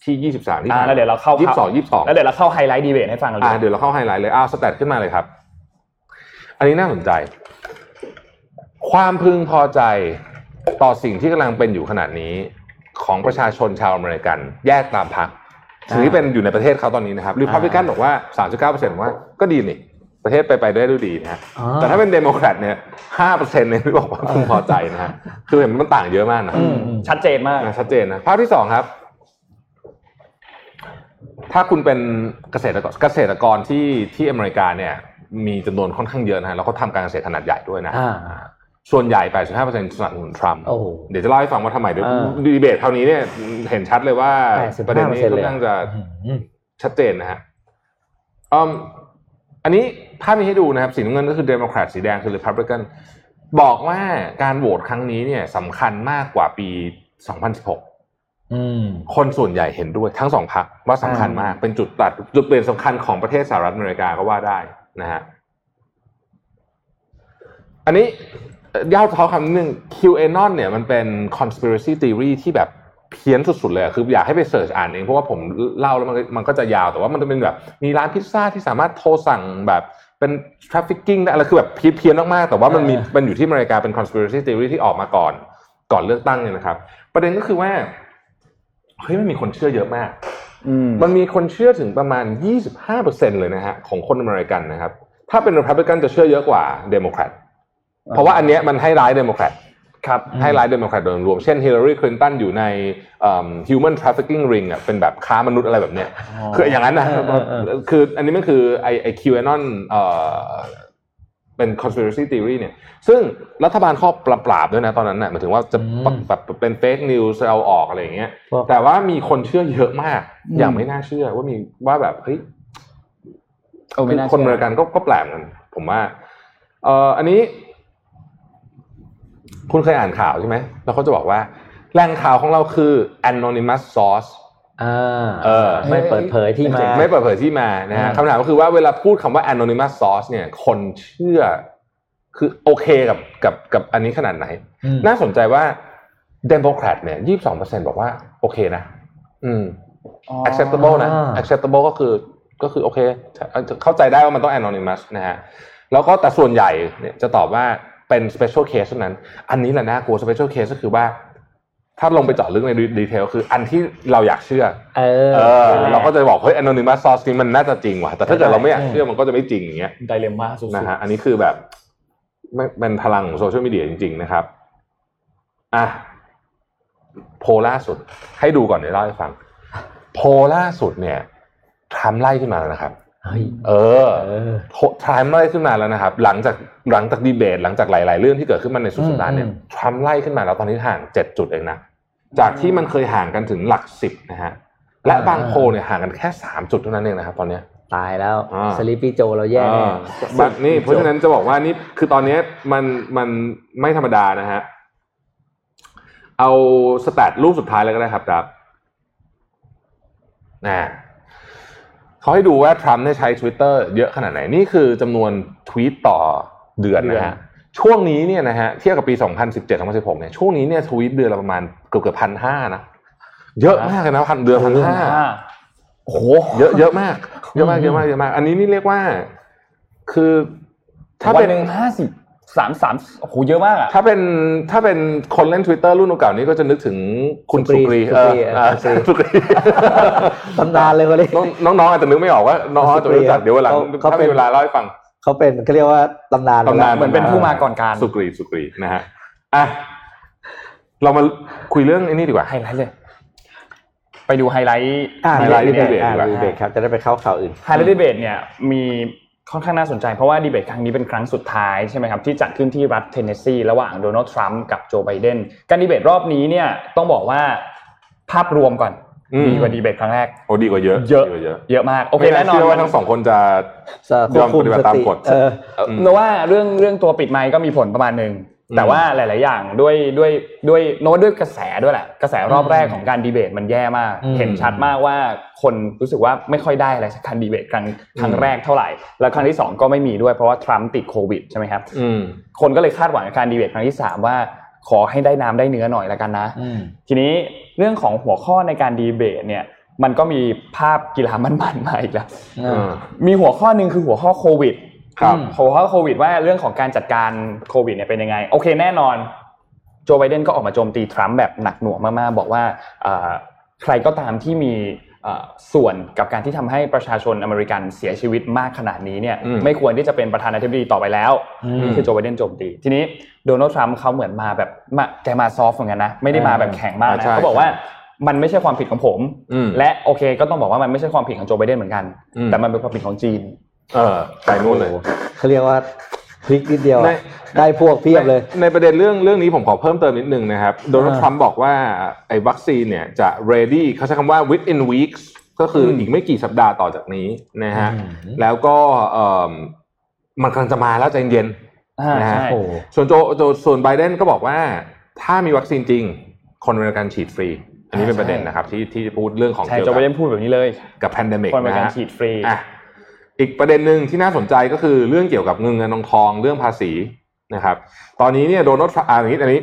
ที่ 23 ที่ อ่า ผ่าน แล้วเดี๋ยวเราเข้า ยี่สิ ข่า บสองยี่สิบสอง แล้วเดี๋ยวเราเข้าไฮไลท์ดีเบตให้ฟังเลย อ่าเดี๋ยวเราเข้าไฮไลท์เลยอ้าวสแตทขึ้นมาเลยครับ อันนี้น่าสนใจ ความพึงพอใจต่อสิ่งที่กำลังเป็นอยู่ขนาดนี้ ของประชาชนชาวอเมริกัน แยกตามพรรคสิ่งที่เป็นอยู่ในประเทศเขาตอนนี้นะครับริพับลิกันบอกว่า 39%บอกว่าก็ดีนี่ประเทศไปไปได้ด้วยดีนะฮะ อ๋อ แต่ถ้าเป็นเดโมแครตเนี่ยห้าเปอร์เซ็นต์เนี่ยที่บอกว่าพึงพอใจนะฮะ คือเห็นมันต่างเยอะมากนะ อืม ชัดเจนมาก อ่ะชัดเจนนะ ภาพที่สองครับ ถ้าคุณเป็นเกษตรกรเกษตรกรที่ที่อเมริกาเนี่ย มีจำนวนค่อนข้างเยอะนะฮะแล้วเขาทำการเกษตรขนาดใหญ่ด้วยนะ อ่า ส่วนใหญ่ 85%สนับสนุนทรัมป์ โอ้โห เดี๋ยวจะเล่าให้ฟังว่าทำไมเดี๋ยว อ่า ดีเบตคราวนี้เนี่ยเห็นชัดเลยว่า 85% ประเด็นนี้ค่ เล อย นข้างจะ อืม ชัดเจนนะฮะอืมอันนี้ภาพนี้ให้ดูนะครับ สีน้ำเงินก็คือเดโมแครตสีแดงคือ Republican บอกว่าการโหวตครั้งนี้เนี่ยสำคัญมากกว่าปี 2016 อืม คนส่วนใหญ่เห็นด้วยทั้งสองพักว่าสำคัญมากเป็นจุดตัดจุดเปลี่ยนสำคัญของประเทศสหรัฐอเมริกาก็ว่าได้นะฮะอันนี้เอ่อย่าเท้าคำนิดนึง QAnon เนี่ยมันเป็น conspiracy theory ที่แบบเพี้ยนสุดๆเลยอะคืออยากให้ไปเสิร์ชอ่านเองเพราะว่าผมเล่าแล้วมันมันก็จะยาวแต่ว่ามันจะเป็นแบบ มีร้านพิซซ่าที่สามารถโทรสั่งแบบเป็น trafficking ได้อะไรคือแบบเพี้ยนๆมากๆแต่ว่ามันมี เออ มันอยู่ที่อเมริกาเป็น conspiracy theory ที่ออกมาก่อนก่อนเลือกตั้งเนี่ยนะครับ ประเด็นก็คือว่าเฮ้ยมันมีคนเชื่อเยอะมาก อืม มันมีคนเชื่อถึงประมาณ 25%เลยนะฮะของคนอเมริกันนะครับ ถ้าเป็น Republican จะเชื่อเยอะกว่าเดโมแครตเพราะว่าอันเนี้ยมันให้ร้ายเดโมแครต ครับ ให้ร้ายเดโมแครตโดยรวม เช่นฮิลลารีคลินตันอยู่ในเอิ่ม human trafficking ring อ่ะเป็นแบบค้ามนุษย์อะไรแบบเนี้ย คืออย่างนั้นนะ เออเออเออ คืออันนี้มันคือไอไอคิวแอนอนเอ่อเป็น conspiracy theory เนี่ย ซึ่งรัฐบาลเข้อปราบปราบด้วยนะตอนนั้นน่ะหมายถึงว่าจะปะ อืม แบบเป็น fake news เอาออกอะไรอย่างเงี้ย พวก แต่ว่ามีคนเชื่อเยอะมาก อืม อย่างไม่น่าเชื่อว่ามีว่าแบบเฮ้ย เออไม่า คือคนอ ชื่ เมริกันก็ก็แปลกเหมือนกันผมว่า เอ่ออันนี้ คุณเคยอ่านข่าวใช่ไหมแล้วเขาจะบอกว่าแหล่งข่าวของเราคือ anonymous source อ่า เออ ไม่เปิดเผยที่มา ไม่เปิดเผยที่มานะฮะ อืม คำถามก็คือว่าเวลาพูดคำว่า anonymous source เนี่ย คนเชื่อ คือโอเคกับกับกับอันนี้ขนาดไหน อืม น่าสนใจว่า Democrat เนี่ย 22%บอกว่า โอเคนะ อืม อ๋อ acceptable นะ acceptable ก็คือก็คือโอเค เข้าใจได้ว่ามันต้อง anonymous นะฮะ แล้วก็แต่ส่วนใหญ่เนี่ยจะตอบว่าเป็น special case เท่านั้น อันนี้แหละน่ากลัว special case ก็คือว่า ถ้าลงไปเจาะลึกในดีเทลคืออันที่เราอยากเชื่อ เออ เออเราก็จะบอกเฮ้ย anonymous source นี่มันน่าจะจริงว่ะแต่ถ้าเกิดเราไม่อยากเชื่อมันก็จะไม่จริงอย่างเงี้ย ไดเลม่าสุดๆ นะฮะอันนี้คือแบบไม่เป็นพลังของโซเชียลมีเดียจริง ๆ นะครับ อ่ะโพลล่าสุด ให้ดูก่อนเดี๋ยวเล่าให้ฟัง โพลล่าสุดเนี่ยทรัมป์ไล่ขึ้นมาแล้วนะครับ เฮ้ย เออ เออ ทรัมป์ไล่ขึ้นมาแล้วนะครับ หลังจากหลังจากดีเบต หลังจากหลาย ๆ เรื่องที่เกิดขึ้นมาในสุดสัปดาห์เนี่ยทรัมป์ไล่ขึ้นมาแล้วตอนนี้ห่างเจ็ดจุดเองนะจากที่มันเคยห่างกันถึงหลักสิบนะฮะและบางโพลเนี่ยห่างกันแค่สามจุดเท่านั้นเองนะครับตอนเนี้ย ตายแล้ว อ่า สลิปปี้โจเราแย่แน่ อ่าแบบนี่เพราะฉะนั้นจะบอกว่านี่คือตอนเนี้ยมันมันไม่ธรรมดานะฮะ เอาสแตทรูปสุดท้ายเลยก็ได้ครับครับนะเขาให้ดูว่าทรัมป์เนี่ยใช้ Twitter เยอะขนาดไหน นี่คือจำนวนทวีตต่อเดือนนะฮะ ช่วงนี้เนี่ยนะฮะเทียบกับปี 2017 2016 เนี่ยช่วงนี้เนี่ยทวีตเดือนละประมาณเกือบเกือบพันห้านะเยอะมากเลยนะพันเดือนพันห้า อ่า โอ้โหเยอะเยอะมากเยอะมากเยอะมากเยอะมาก อันนี้นี่เรียกว่า คือถ้า วั เป็น น หนึ่งห้าสิบสามสามโอ้โหเยอะมากอ่ะ ถ้าเป็นถ้าเป็นคนเล่น Twitter รุ่นเก่าๆนี้ก็จะนึกถึงคุณสุกรี สุ เออก รี เออสุกรี ตำนานเลยคนนี้ น้องน้องน้องอาจจะนึกไม่ออกว่า น้องอาจจะรู้จักเดี๋ยววันหลัง เขาเขา ถ้า เป็ มี น เวลาเล่าให้ฟัง เขาเป็นเขาเรียกว่าตำนาน ตำนาน เหมือนเป็นผู้มาก่อนการ สุกรีสุกรีนะฮะอ่ะเรามาคุยเรื่องไอ้นี่ดีกว่า ไฮไลท์เลย ไปดูไฮไลท์ อ่า ไฮ ไฮ ไล ไล ท์ ท์ดีเบต ดีเบต อ่า ดีกว่า ดีเบตครับจะได้ไปเข้าข่าวอื่น ไฮไลท์ดีเบตเนี่ยมีค่อนข้างน่าสนใจเพราะว่าดีเบตครั้งนี้เป็นครั้งสุดท้ายใช่ไหมครับที่จัดขึ้นที่รัฐเทนเนสซีระหว่างโดนัลด์ทรัมป์กับโจไบเดนการดีเบตรอบนี้เนี่ยต้องบอกว่าภาพรวมก่อน อืม ดีกว่าดีเบตครั้งแรก โอ้ดีกว่าเยอะ เยอะ ดีกว่าเยอะ เยอะมากโอเค ไม่น่า แน่นอ เชื่ น อว่า มัน ทั้งสองคนจะ จะควบคุม ยอมปฏิบั ส ติตาม ติ กฎ เออ อืม เพราะว่าเรื่องเรื่องตัวปิดไมค์ก็มีผลประมาณหนึ่งแต่ว่าหลาย ๆ อย่างด้วยด้วยด้วยโน้ตด้วยกระแสด้วยแหละกระแสรอบแรกของการดีเบตมันแย่มาก อืม เห็นชัดมากว่าคนรู้สึกว่าไม่ค่อยได้อะไรจากการดีเบตครั้งครั้ง อืม แรกเท่าไหร่แล้วครั้งที่สองก็ไม่มีด้วยเพราะว่าทรัมป์ติดโควิดใช่ไหมครับ อืม คนก็เลยคาดหวังกับการดีเบตครั้งที่สามว่าขอให้ได้น้ำได้เนื้อหน่อยละกันนะ อืม ทีนี้เรื่องของหัวข้อในการดีเบตเนี่ยมันก็มีภาพกีฬามันๆมาอีกแล้ว มีหัวข้อหนึ่งคือหัวข้อโควิด ครับ หัวข้อโควิดว่าเรื่องของการจัดการโควิดเนี่ยเป็นยังไง โอเคแน่นอน โจไบเดนก็ออกมาโจมตีทรัมป์แบบหนักหน่วงมากๆ บอกว่าเอ่อใครก็ตามที่มีเอ่อส่วนกับการที่ทำให้ประชาชนอเมริกันเสียชีวิตมากขนาดนี้เนี่ย อืม ไม่ควรที่จะเป็นประธานาธิบดีต่อไปแล้ว อืม นี่คือโจไบเดนโจมตี ทีนี้โดนัลด์ทรัมป์เขาเหมือนมาแบบมาแกมาซอฟต์เหมือนกันนะ ไม่ได้มาแบบแข็งมากนะ ใช่ เขาบอกว่า มันไม่ใช่ความผิดของผม อืม และโอเคก็ต้องบอกว่ามันไม่ใช่ความผิดของโจไบเดนเหมือนกัน อืม แต่มันเป็นความผิดของจีน เออไปนู่นเลย โอ้โหเขาเรียกว่าพลิกนิดเดียวอะ ใน ได้พวกเพียบเลย ในในประเด็นเรื่องเรื่องนี้ผมขอเพิ่มเติมนิดนึงนะครับโดนัลด์ทรัมป์บอกว่าไอ้วัคซีนเนี่ยจะ ready เขาใช้คำว่า within weeks ก็คืออ ม อีกไม่กี่สัปดาห์ต่อจากนี้นะฮะ อืม แล้วก็เอิ่มมันกำลังจะมาแล้วใจเย็น อ่า นะฮะ ใช่ โอ้โห ส่วนโจโจส่วนไบเดนก็บอกว่าถ้ามีวัคซีนจริง คนอเมริกันฉีดฟรี อันนี้เป็นประเด็นนะครับที่ที่พูดเรื่องของ ใช่ เกี่ยว โจ กับ ไบเดนพูดแบบนี้เลย กับแพนเดมิก คนบริ นะ การ ฮะ ฉีดฟรี อ่ะอีกประเด็นหนึ่งที่น่าสนใจก็คือเรื่องเกี่ยวกับเงินเงินทองทองเรื่องภาษีนะครับ ตอนนี้เนี่ยโดนัลด์ทรัมป์อันนี้อันนี้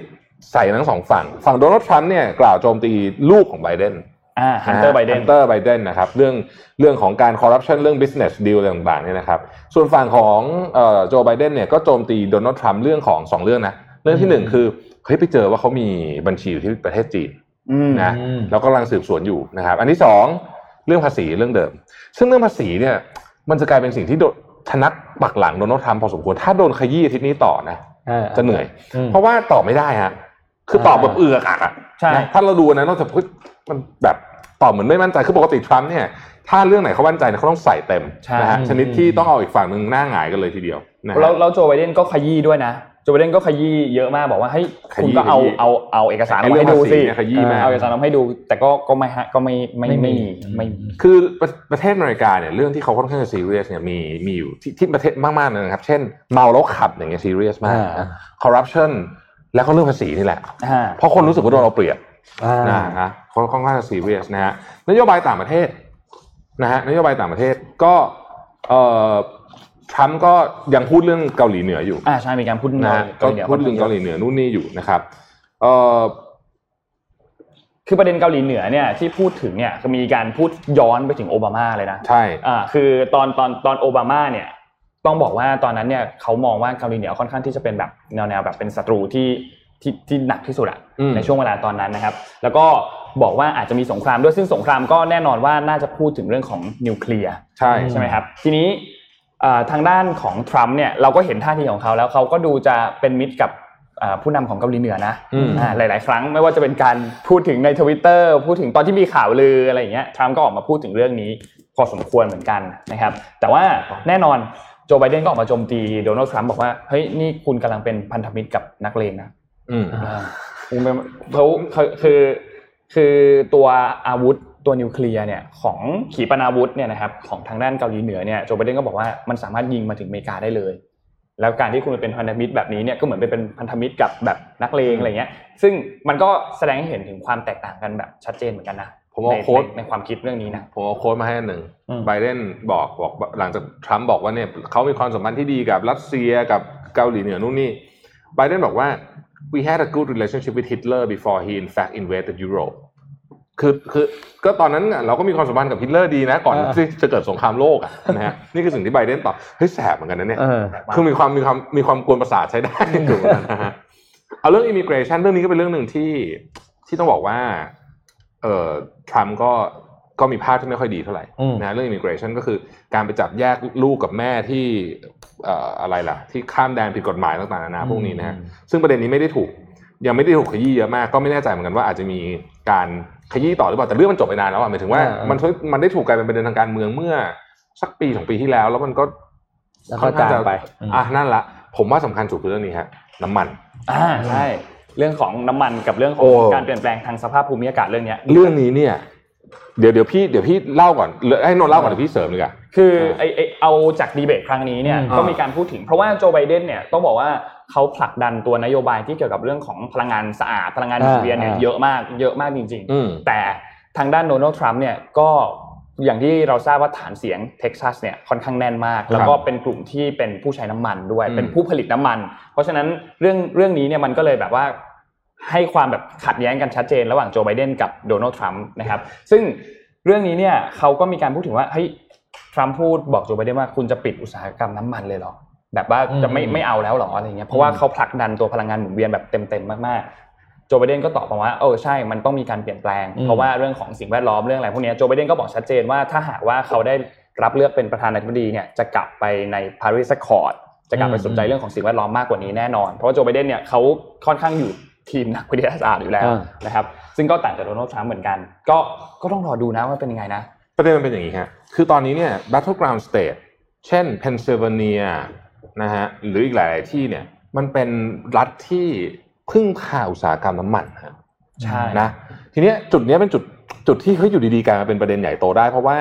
ใส่ทั้งสองฝั่ง ฝั่งโดนัลด์ทรัมป์เนี่ยกล่าวโจมตีลูกของไบเดน อ่าฮันเตอร์ไบเดน ฮันเตอร์ไบเดนนะครับเรื่องเรื่องของการคอร์รัปชันเรื่อง business deal อะไรต่างๆเนี่ยนะครับส่วนฝั่งของเอ่อโจไบเดนเนี่ยก็โจมตีโดนัลด์ทรัมป์เรื่องของสองเรื่องนะเรื่องที่หนึ่งคือเฮ้ยไปเจอว่าเขามีบัญชีอยู่ที่ประเทศจีนนะแล้วก็กำลังสืบสวนอยู่นะครับอันที่สองเรื่องภาษีเรื่องเดิม ซึ่งเรื่องภาษีเนี่ยมันจะกลายเป็นสิ่งที่โดนชนักปักหลังโดนัลด์ทรัมป์พอสมควรถ้าโดนขยี้อาทิศนี้ต่อนะ เออ จะเหนื่อย อืม เพราะว่าตอบไม่ได้ฮะคือตอบแบบเอือกอักอ่ะ ใช่ นะถ้าเราดูอันนั้นเราจะพูดมันแบบตอบเหมือนไม่มั่นใจ คือปกติทรัมป์เนี่ย ถ้าเรื่องไหนเขามั่นใจเนี่ยเขาต้องใส่เต็มนะฮะ ใช่ ชนิดที่ต้องเอาอีกฝั่งหนึ่งหน้าหงายกันเลยทีเดียวนะฮะ แล้วแล้วโจไบเดนก็ขยี้ด้วยนะ โจไบเดนก็ขยี้เยอะมากบอกว่าเฮ้ย ข คุ ยี้ ณก็เอา ขยี้ เอาเอาเอกสาร ไอ้ มา เรื่องให้ดูภาสิษีเนี่ยขยี้มาก เอาเอกสารมาให้ดู แต่ก็ก็ไม่ฮะก็ไม่ไม่ไม่มีไม่มี คือประประเทศอเมริกาเนี่ยเรื่องที่เขาค่อนข้างจะซีเรียสเนี่ยมีมีอยู่ที่ที่ประเทศมากๆเลยนะครับ เช่นเมาแล้วขับอย่างเงี้ยซีเรียสมาก อ่า คอร์รัปชันแล้วก็เรื่องภาษีนี่แหละ อ่า เพราะคนรู้สึกว่าโดนเอาเปรียบ อ่า นะฮะค่อนค่อนข้างจะซีเรียสนะฮะนโยบายต่างประเทศนะฮะนโยบายต่างประเทศก็เอ่อทรัมป์ก็ยังพูดเรื่องเกาหลีเหนืออยู่ อ่าใช่มีการพูด นะฮะ เกา ก็ หลี พูดเรื่องเกาหลีเหนือนู่นนี่อยู่นะครับเอ่อ คือประเด็นเกาหลีเหนือเนี่ยที่พูดถึงเนี่ยคือมีการพูดย้อนไปถึงโอบามาเลยนะ ใช่ อ่าคือตอนตอนตอนโอบามาเนี่ยต้องบอกว่าตอนนั้นเนี่ยเขามองว่าเกาหลีเหนือค่อนข้างที่จะเป็นแบบแนวแนวแบบเป็นศัตรูที่ที่ที่หนักที่สุดอะ อืม ในช่วงเวลาตอนนั้นนะครับ แล้วก็บอกว่าอาจจะมีสงครามด้วยซึ่งสงครามก็แน่นอนว่าน่าจะพูดถึงเรื่องของนิวเคลียร์ ใช่ ใช่ไหมครับทีนี้อ่าทางด้านของทรัมป์เนี่ยเราก็เห็นท่าทีของเขาแล้วเขาก็ดูจะเป็นมิตรกับอ่าผู้นำของเกาหลีเหนือนะ อืม อ่าหลาย ๆ ครั้งไม่ว่าจะเป็นการพูดถึงในทวิตเตอร์พูดถึงตอนที่มีข่าวลืออะไรอย่างเงี้ยทรัมป์ก็ออกมาพูดถึงเรื่องนี้พอสมควรเหมือนกันนะครับ แต่ว่าแน่นอนโจไบเดนก็ออกมาโจมตีโดนัลด์ทรัมป์บอกว่าเฮ้ยนี่คุณกำลังเป็นพันธมิตรกับนักเลงนะ อืม คุณเป็นเขาเขาคือคือตัวอาวุธตัวนิวเคลียร์เนี่ยของขีปนาวุธเนี่ยนะครับของทางด้านเกาหลีเหนือเนี่ยโจไบเดนก็บอกว่ามันสามารถยิงมาถึงอเมริกาได้เลย แล้วการที่คุณเป็นพันธมิตรแบบนี้เนี่ยก็เหมือนไปเป็นพันธมิตรกับแบบนักเลงอะไรเงี้ย ซึ่งมันก็แสดงให้เห็นถึงความแตกต่างกันแบบชัดเจนเหมือนกันนะ ผมว่า ใน โค้ด ในในความคิดเรื่องนี้นะ ผมเอาโค้ดมาให้อันหนึ่ง อืม ไบเดนบอกบอกหลังจากทรัมป์บอกว่าเนี่ยเขามีความสัมพันธ์ที่ดีกับรัสเซียกับเกาหลีเหนือนู่นนี่ไบเดนบอกว่า we had a good relationship with Hitler before he in fact invaded Europe คือคือก็ตอนนั้นน่ะเราก็มีความสัมพันธ์กับฮิตเลอร์ดีนะก่อน อ่า ที่จะเกิดสงครามโลกอะนะ ฮะนี่คือสิ่งที่ไบเดนตอบเฮ้ยแสบเหมือนกันนะเนี่ย เออ คือมีความมีความมีความกวนประสาทใช้ได้ อยู่นะฮะเอาเรื่องอิมิเกรชันเรื่องนี้ก็เป็นเรื่องหนึ่งที่ที่ต้องบอกว่า เอ่อทรัมป์ก็ก็มีภาพที่ไม่ค่อยดีเท่าไหร่ อืม นะเรื่องอิมิเกรชันก็คือการไปจับแยกลูกกับแม่ที่เอ่ออะไรล่ะ ที่ข้ามแดนผิดกฎหมายต่างๆนานาพวกนี้นะฮะซึ่งประเด็นนี้ไม่ได้ถูก ยังไม่ได้ถูกขยี้เยอะมากก็ไม่แน่ใจเหมือนกันว่าอาจจะมีการขยี้ต่อหรือเปล่าแต่เรื่องมันจบไปนานแล้วอะหมายถึงว่า อ่ามั มันมันได้ถูกกลายเป็นประเด็นทางการเมืองเมื่อ สักปีสองปีที่แล้ว แล้วมันก็ แล้วก็จางไป อ่ะนั่นละผมว่าสำคัญสุดคือเรื่องนี้ฮะน้ำมัน อ่าใช่เรื่องของน้ำมันกับเรื่องขอ โอ้ งการเปลี่ยนแปลงทางสภาพภูมิอากาศเรื่องเนี้ย เรื่องนี้เนี่ย เดี๋ยวเดี๋ยวพี่เดี๋ยวพี่เล่าก่อนหรือให้นนท์เล่าก่อนเดี๋ยวพี่เสริมเลยอ่ะ คือ เออ ไอไอเอาจากดีเบตครั้งนี้เนี่ย อืม ก็มีการพูดถึง เพราะว่าโจไบเดนเนี่ยต้องบอกว่าเขาผลักดันตัวนโยบายที่เกี่ยวกับเรื่องของพลังงานสะอาดพลังงานหมุนเวียนเนี่ยเยอะมากเยอะมากจริง อืม ๆ แต่ทางด้านโดนัลด์ทรัมป์เนี่ยก็อย่างที่เราทราบว่าฐานเสียงเท็กซัสเนี่ยค่อนข้างแน่นมาก แล้วก็เป็นกลุ่มที่เป็นผู้ใช้น้ำมันด้วย อืม เป็นผู้ผลิตน้ำมัน เพราะฉะนั้นเรื่องเรื่องนี้เนี่ยมันก็เลยแบบว่าให้ความแบบขัดแย้งกันชัดเจน ระหว่างโจไบเดนกับโดนัลด์ทรัมป์นะครับ ซึ่งเรื่องนี้เนี่ยเขาก็มีการพูดถึงว่าเฮ้ยทรัมป์พูดบอกโจไบเดนว่าคุณจะปิดอุตสาหกรรมน้ำมันเลยเหรอ แบบว่าจะไม่ อืม ไม่เอาแล้วเหรออะไรเงี้ยเพราะว่าเขาผลักดันตัวพลังงานหมุนเวียนแบบเต็มๆมากๆ โจไบเดนก็ตอบมาว่าเออใช่มันต้องมีการเปลี่ยนแปลง เพราะว่าเรื่องของสิ่งแวดล้อมเรื่องอะไรพวกเนี้ยโจไบเดนก็บอกชัดเจนว่าถ้าหากว่าเขาได้รับเลือกเป็นประธานาธิบดีเนี่ยจะกลับไปในปารีสคอร์ด จะกลับไปสนใจเรื่องของสิ่งแวดล้อมมากกว่านี้แน่นอน เพราะว่าโจไบเดนเนี่ยเขาค่อนข้างอยู่ ทีมนักวิทยาศาสตร์อยู่แล้ว อ่า นะครับ ซึ่งก็ต่างจากโดนัลด์ทรัมป์เหมือนกัน ก็ก็ต้องรอดูนะว่าเป็นยังไงนะ ประเด็นมันเป็นอย่างนี้ฮะ คือตอนนี้เนี่ย battleground state เช่นเพนซิลเวเนียนะฮะ หรืออีกหลาย ๆ ที่เนี่ย มันเป็นรัฐที่พึ่งพาอุตสาหกรรมน้ำมันฮะ ใช่ นะทีเนี้ยจุดเนี้ยเป็นจุดจุดที่เฮ้ยอยู่ดีๆกลายมาเป็นประเด็นใหญ่โตได้ เพราะว่า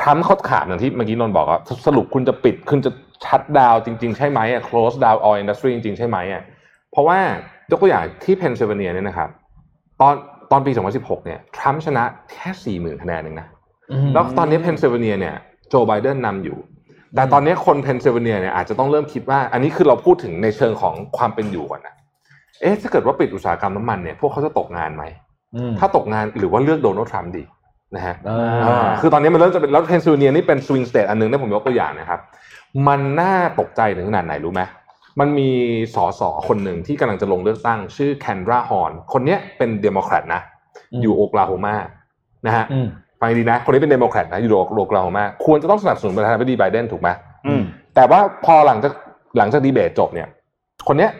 ทรัมป์เขาถามอย่างที่เมื่อกี้นนท์บอกอะสรุปคุณจะปิด คุณจะชัดดาวจริง ๆ ใช่ไหมอะ close down oil industry จริง ๆ ใช่ไหมอะเพราะว่ายกตัวอย่างที่เพนซิลเวเนียเนี่ยนะครับ ตอนตอนปี 2016 เนี่ยทรัมป์ชนะแค่ 40,000 คะแนนเองนะ แล้วตอนนี้เพนซิลเวเนียเนี่ยโจไบเดนนำอยู่ แต่ตอนนี้คนเพนซิลเวเนียเนี่ยอาจจะต้องเริ่มคิดว่า อันนี้คือเราพูดถึงในเชิงของความเป็นอยู่ก่อนนะเอ๊ะถ้าเกิดว่าปิดอุตสาหกรรมน้ำมันเนี่ยพวกเขาจะตกงานไหม ถ้าตกงานหรือว่าเลือกโดนัลด์ทรัมป์ดีนะฮะ อ่า อ่าคือตอนนี้มันเริ่มจะเป็นแล้วเพนซิลเวเนียนี่เป็นสวิงสเตทอันหนึงที่ผมยกตัวอย่างนะครับ มันน่าตกใจถึงขนาดไหนรู้ไหมมันมีสสคนหนึ่งที่กำลังจะลงเลือกตั้ง ชื่อแคนดราฮอนคนเนี้ยเป็นเดโมแครตนะ อืม อยู่โอคลาโฮมานะฮะ อืม ฟังดีนะ คนนี้เป็นเดโมแครตนะอยู่โลกเรามากควรจะต้องสนับสนุนประธานาธิบดีไบเดนถูกไหม อืม แต่ว่าพอหลังจากหลังจากดีเบตจบเนี่ย คนเนี้ย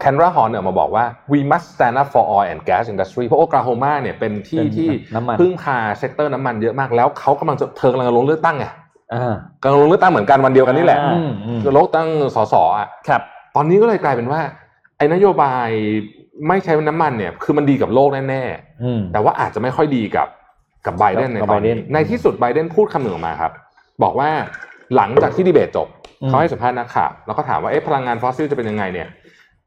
แคนราฮอนเนี่ยออกมาบอกว่า we must stand up for oil and gas industry เพราะโอคลาโฮมาเนี่ยเป็นที่ เป็น ที่ น้ำมัน พึ่งพาเซกเตอร์น้ำมันเยอะมากแล้วเขากำลังจะเธอกำลังจะลงเลือกตั้งไง อ่าก ำลังลงเลือกตั้งเหมือนกันวันเดียวกันนี่แหละ อ่า อืมอืม จะลงเลือกตั้งสสอ่ะ ครับ ตอนนี้ก็เลยกลายเป็นว่า ไอ้นโยบายไม่ใช้น้ำมันเนี่ย คือมันดีกับโลกแน่ๆ แต่ว่าอาจจะไม่ค่อยดีกับกับไบเดนใน กับ ตอนนี้ Biden ในที่สุดไบเดนพูดคำหนึ่งออกมาครับ บอกว่าหลังจากที่ดีเบตจบ อืม เขาให้สัมภาษณ์นักข่าวแล้วก็ถามว่าเอ๊ะพลังงานฟอสซิลจะเป็นยังไงเนี่ย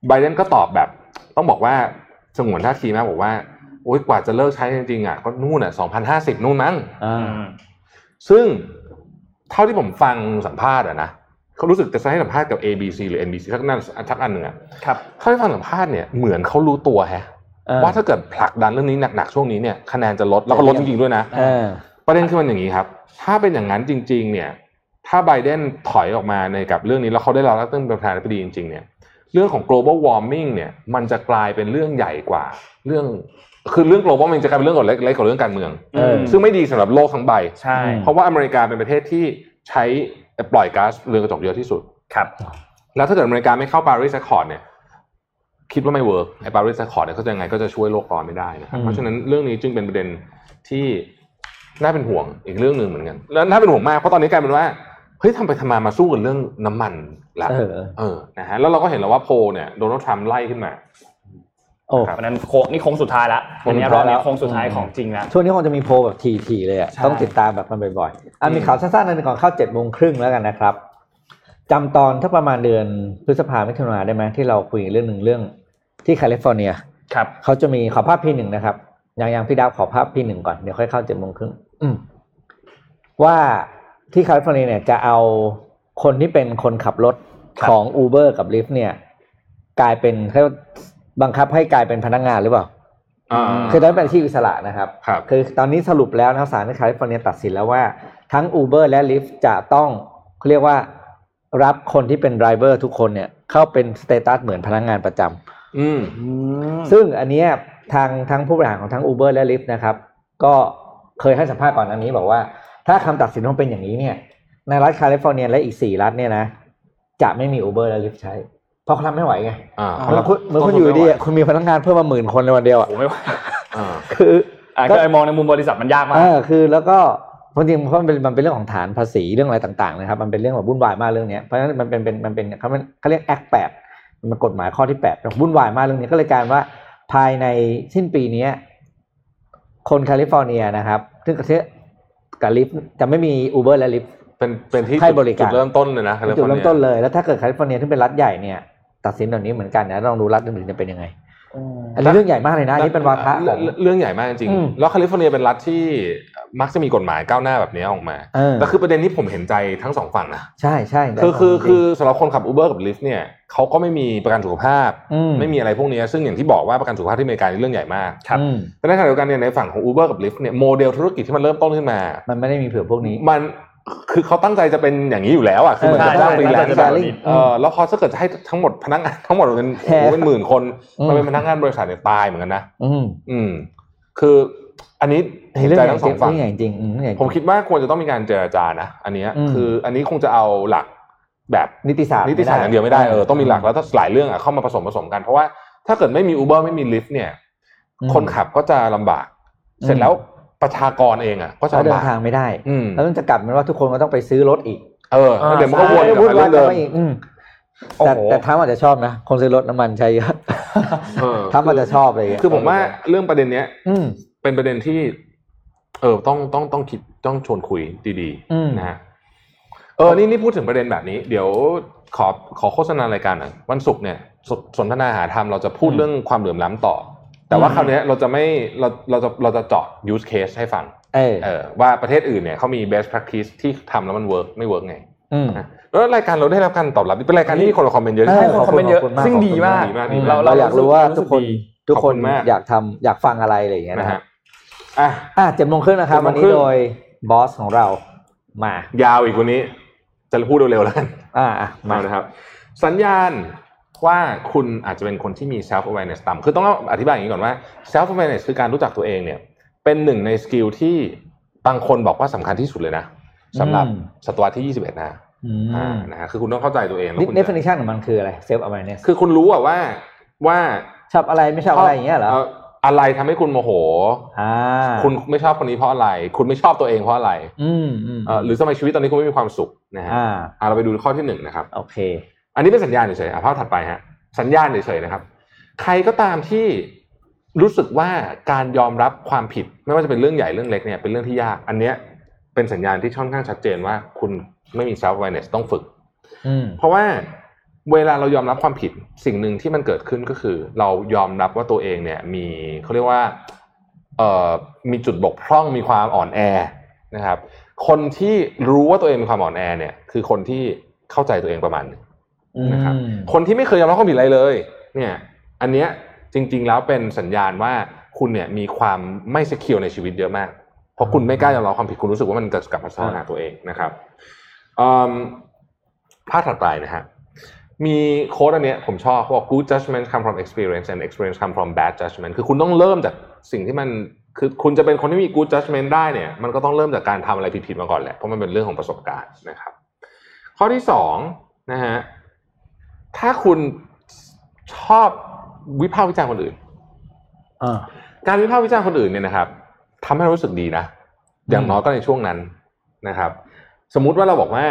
ไบเดนก็ตอบแบบ ต้องบอกว่าสงวนท่าทีมากบอกว่าโอ๊ยกว่าจะเลิกใช้จริงๆอ่ะก็นู่นอ่ะ2050 นู่นมั้ง อ่า ซึ่งเท่าที่ผมฟังสัมภาษณ์อะนะเขารู้สึกจะให้สัมภาษณ์กับ ABC หรือ NBC ทักนั่นทักอันหนึ่งอะ ครับ เขาให้ฟังสัมภาษณ์เนี่ยเหมือนเขารู้ตัวแฮะ ว่าถ้าเกิดผลักดันเรื่องนี้หนักๆช่วงนี้เนี่ยคะแนนจะลดแล้วก็ลดจริงๆด้วยนะ เออ ประเด็นคือมันอย่างนี้ครับ ถ้าเป็นอย่างนั้นจริง ๆ เนี่ย ถ้าไบเดนถอยออกมาในกับเรื่องนี้แล้วเขาได้รับเรื่องประธานาธิบดีจริง ๆ เนี่ย เรื่องของ global warming เนี่ย มันจะกลายเป็นเรื่องใหญ่กว่า เรื่องคือเรื่อง global warming จะกลายเป็นเรื่องเล็กๆกว่าเรื่องการเมือง เออ ซึ่งไม่ดีสำหรับโลกทั้งใบ ใช่ อืม เพราะว่าอเมริกาเป็นประเทศที่ใช้ปล่อยก๊าซเรือนกระจกเยอะที่สุด ครับ แล้วถ้าเกิดอเมริกาไม่เข้าปารีสแอคคอร์ดเนี่ยคิดว่าไม่เวิร์กไอ้ปารีสแอคคอร์ดเนี่ยเขาจะยังไงก็จะช่วยโลกร้อนไม่ได้นะครับ อืม เพราะฉะนั้นเรื่องนี้จึงเป็นประเด็นที่น่าเป็นห่วงอีกเรื่องหนึ่งเหมือนกันแล้วน่าเป็นห่วงมากเพราะตอนนี้กลายเป็นว่าเฮ้ยทำไปทำมามาสู้กันเรื่องน้ำมันละ เออ เออนะฮะแล้วเราก็เห็นแล้วว่าโพลเนี่ยโดนัลด์ทรัมป์ไล่ขึ้นมา โอ้ ครับ เพราะฉะนั้นโค้งนี่โค้งสุดท้ายละ โค้ อั ง นนี้สุดท้าย รอบนี้ แล้ว โค้งสุดท้ายของจริงละ ช่วงนี้คงจะมีโพลแบบทีๆเลยอ่ะ ใช่ ต้องติดตามแบบมันบ่อยๆอ่ะมีข่าวสั้นๆหนึงก่อนเข้าเจ็ดโมงครึ่งแล้วกันนะครับจำตอนถ้าประมาณเดือนพฤษภามิถุนาได้ไหมที่เราคุยเรื่องหนึ่งเรื่องที่แคลิฟอร์เนีย ครับ เขาจะมีขอภาพพี่หนึ่งนะครับยังยังพี่ดาวขอภาพพี่หนึ่งก่อนเดี๋ยวค่อยเข้าเจ็ดโมงครึ่งอืมว่าที่แคลิฟอร์เนียเนี่ยจะเอาคนที่เป็นคนขับรถ ครับ ของ Uber กับ Lyft เนี่ย กลายเป็นเขาบังคับให้กลายเป็นพนักงานหรือเปล่า อ่า คือตอนนเป็นอาชีพอิสระนะครับ ครับ คือตอนนี้สรุปแล้วนะศาลในแคลิฟอร์เนียตัดสินแล้วว่าทั้ง Uber และ Lyft จะต้องเรียกว่ารับคนที่เป็นไดรเวอร์ทุกคนเนี่ยเข้าเป็นสเตตัสเหมือนพนักงานประจำ อืม ซึ่งอันเนี้ยทางทั้งผู้บริหารของทั้ง Uber และ Lyft นะครับ ก็เคยให้สัมภาษณ์ก่อนอันนี้บอกว่า ถ้าคำตัดสินมันเป็นอย่างนี้เนี่ย ในรัฐแคลิฟอร์เนียและอีก 4 รัฐเนี่ยนะ จะไม่มี Uber และ Lyft ใช้ เพราะเขาทำไม่ไหวไง อ่า เหมือนคุณเหมือนคุณอยู่ดีอะคุณมีพนักงานเพิ่มมาหมื่นคนในวันเดียวอะ ผมไม่ว่า อ่า คือ อ่ะก็ไอ้มองในมุมบริษัทมันยากมาก เออคือแล้วก็จริงๆเพราะมันเป็นมันเป็นเรื่องของฐานภาษีเรื่องอะไรต่างๆนะครับมันเป็นเรื่องแบบวุ่นวายมากเรื่องเนี้ยเพราะฉะนั้นมันเป็นเป็นมันเป็นเขาเป็นเขาเรียก Act 8มันเป็นกฎหมายข้อที่8มันวุ่นวายมากเรื่องนี้ก็เลยกลารว่าภายในสิ้นปีเนี้ยคนแคลิฟอร์เนียนะครับ ซึ่งกระเทศกับลิฟจะไม่มี Uber และ Lyft เป็นเป็นที่ ให้บริการ จุดเริ่มต้นเลยนะ California จุดเริ่มต้นเลยแล้วถ้าเกิดแคลิฟอร์เนียที่เป็นรัฐใหญ่เนี่ยตัดสินแบบนี้เหมือนกันนะลองดูรัฐอื่นๆจะเป็นยังไง อันนี้เรื่องใหญ่มากเลยนะอันนี้เป็นวาทะของ เรื่องเรื่องใหญ่มากจริง อืม ๆแล้วแคลิฟอร์เนียเป็นรัฐที่มักจะมีกฎหมายก้าวหน้าแบบนี้ออกมา เออ แต่คือประเด็นนี้ผมเห็นใจทั้งสองฝั่งนะ ใช่ใช่ คือคือคือสำหรับคนขับ Uber กับ Lyft เนี่ยเขาก็ไม่มีประกันสุขภาพ ม ไม่มีอะไรพวกเนี้ยซึ่งอย่างที่บอกว่าประกันสุขภาพที่อเมริกานี่เรื่องใหญ่มาก ครับ อืม แต่ในขณะเดียวกันเนี่ยในฝั่งของ Uber กับ Lyft เนี่ยโมเดลธุรกิจที่มันเริ่มต้นขึ้นมา มันไม่ได้มีเผื่อพวกนี้ มันคือเขาตั้งใจจะเป็นอย่างนี้อยู่แล้วอ่ะคือเหมันจะ ใช่ ต้องฟรีแลน ใช่ ซ์ ใช่ แบบนี้เออแล้วพอถ้าเกิดจะให้ทั้งหมดพนักงานทั้งหมดเป็นโอ้โหเป็นหมื่นคนมันเป็นพนักงานบริษัทเนี่ยตายเหมือนกันนะ อืม อืม คืออันนี้เห็น เรื่อง ใจ ใหญ่ ทั้ง จ ส ริ อง งฝั่ง เรื่องใหญ่จริงอืมเรื่องใหญ่จริง ผมคิดว่าควรจะต้องมีการเจรจานะอันเนี้ย อืม คืออันนี้คงจะเอาหลักแบบ นิติศาสตร์ นิติศาสตร์อย่างเดียวไม่ได้เออต้องมีหลัก แล้ แล้ว วถ้าหลายเรื่องอะเข้ามาผสมผสมกัน เพราะว่า ถ้าเกิดไม่มี Uber ไม่มี Lyft เนี่ย อืม คนขับก็จะลำบาก อืม เสร็จแล้วประชากรเองอ่ะ ก็จะ เขา ลำ เดิน บาก ทางไม่ได้ อืม แล้วมันจะกลับเป็นว่าทุกคนก็ต้องไปซื้อรถอีก เออแล้วเดี๋ยวมันก็วนกลับ วุ่มาวนา เรื่อยเดิยกัน ม ไปอีกอืม โอ้ แต่ โห แต่ทั้มอาจจะชอบนะ คนซื้อรถน้ำมันใช้เยอะ เออ ทั้มอาจจะชอบอะไรอย่างเงี้ย คือผมว่าเรื่องประเด็นเนี้ย อืม เป็นประเด็นที่ เออต้องต้องต้องคิดต้องชวนคุยดี อืม นะฮะเออนี่นี่พูดถึงประเด็นแบบนี้ เดี๋ยวขอขอโฆษณารายการหน่อยวันศุกร์เนี่ยสสนทนาหาธรรมเราจะพูดเรื่องความเหลื่อมล้ำต่อ แต่ว่าคราวเนี้ยเราจะไม่เราเราจะเราจะเจาะ use case ให้ฟัง เออ เออว่าประเทศอื่นเนี่ยเขามี best practice ที่ทำแล้วมัน work ไม่ work ไง อืม นะแล้วรายการเราได้รับการตอบรับเป็นรายการที่มีคนมาคอมเมนต์เยอะ ใช่ ที่ ให้ สุด คนคอมเมนต์เยอะ ขอบคุณมาก ซึ่งดีมาก ขอบคุณมากดีมาก เรา เราอยากรู้ว่าทุกคน ดี ทุกคขอบคุนณมาก อยากทำอยากฟังอะไรอะไรอย่างเงี้ย นะ นะครั ฮะ บ อ่ะ อ่ะเจ็ดโมงครึ่งนะครับ เจ็ดโม วัน งครึ่ นี้ ง โดยบอสของเรามาย าวอีกวันนี้ จะพูดเร็วๆแล้วกัน อ่ะอ่ะมา มานะครับ สัญญาณว่าคุณอาจจะเป็นคนที่มี self awareness ต่ำคือต้องเล่าอธิบายอย่างนี้ก่อนว่า self awareness คือการรู้จักตัวเองเนี่ย เป็นหนึ่งในสกิลที่บางคนบอกว่าสำคัญที่สุดเลยนะสำหรับศตวรรษที่ 21 นะ อืม อ่านะฮะคือคุณต้องเข้าใจตัวเองแล้ว นี่ คุณ definition ของมันคืออะไร self awareness คือคุณรู้อะว่าว่า ชอบอะไรไม่ชอบอะไรอย่างเงี้ยเหรอ อะไรทำให้คุณโมโห อ่า คุณไม่ชอบคนนี้เพราะอะไร คุณไม่ชอบตัวเองเพราะอะไร อืมอืม เอ่อหรือสมัยชีวิตตอนนี้คุณไม่มีความสุขนะฮะ อ่า อ่ะเราไปดูข้อที่หนึ่งนะครับ โอเค อันนี้เป็นสัญญาณเฉยๆอ่ะภาพถัดไปฮะ สัญญาณเฉยๆนะครับ ใครก็ตามที่รู้สึกว่าการยอมรับความผิด ไม่ว่าจะเป็นเรื่องใหญ่เรื่องเล็กเนี่ยเป็นเรื่องที่ยาก อันเนี้ยเป็นสัญญาณที่ค่อนข้างชัดเจนว่าคุณไม่มี self awareness ต้องฝึก อืม เพราะว่าเวลาเรายอมรับความผิดสิ่งหนึ่งที่มันเกิดขึ้นก็คือ เรายอมรับว่าตัวเองเนี่ยมีเขาเรียกว่าเอ่อมีจุดบกพร่องมีความอ่อนแอนะครับ คนที่รู้ว่าตัวเองมีความอ่อนแอเนี่ยคือคนที่เข้าใจตัวเองประมาณหนึง นะครับ อืม คนที่ไม่เคยยอมรับความผิดอะไรเลย เนี่ย อันเนี้ยจริง ๆ แล้วเป็นสัญญาณว่าคุณเนี่ยมีความไม่สกิลในชีวิตเยอะมากเพราะคุณไม่กล้ายอมรับความผิดคุณรู้สึกว่ามันจะกลับมาสร้างหาตัวเองนะครับอืมภาพถัดไปนะฮะมีโค้ดอันเนี้ยผมชอบเขาบอก good judgment come from experience and experience come from bad judgment คือคุณต้องเริ่มจากสิ่งที่มันคือคุณจะเป็นคนที่มี good judgment ได้เนี่ย มันก็ต้องเริ่มจากการทำอะไรผิดๆมาก่อนแหละเพราะมันเป็นเรื่องของประสบการณ์นะครับ ข้อที่สองนะฮะ ถ้าคุณชอบวิพากษ์วิจารณ์คนอื่น อ่า การวิพากษ์วิจารณ์คนอื่นเนี่ยนะครับทำให้เรารู้สึกดีนะ อย่างน้อยก็ในช่วงนั้นนะครับ สมมุติว่าเราบอกว่า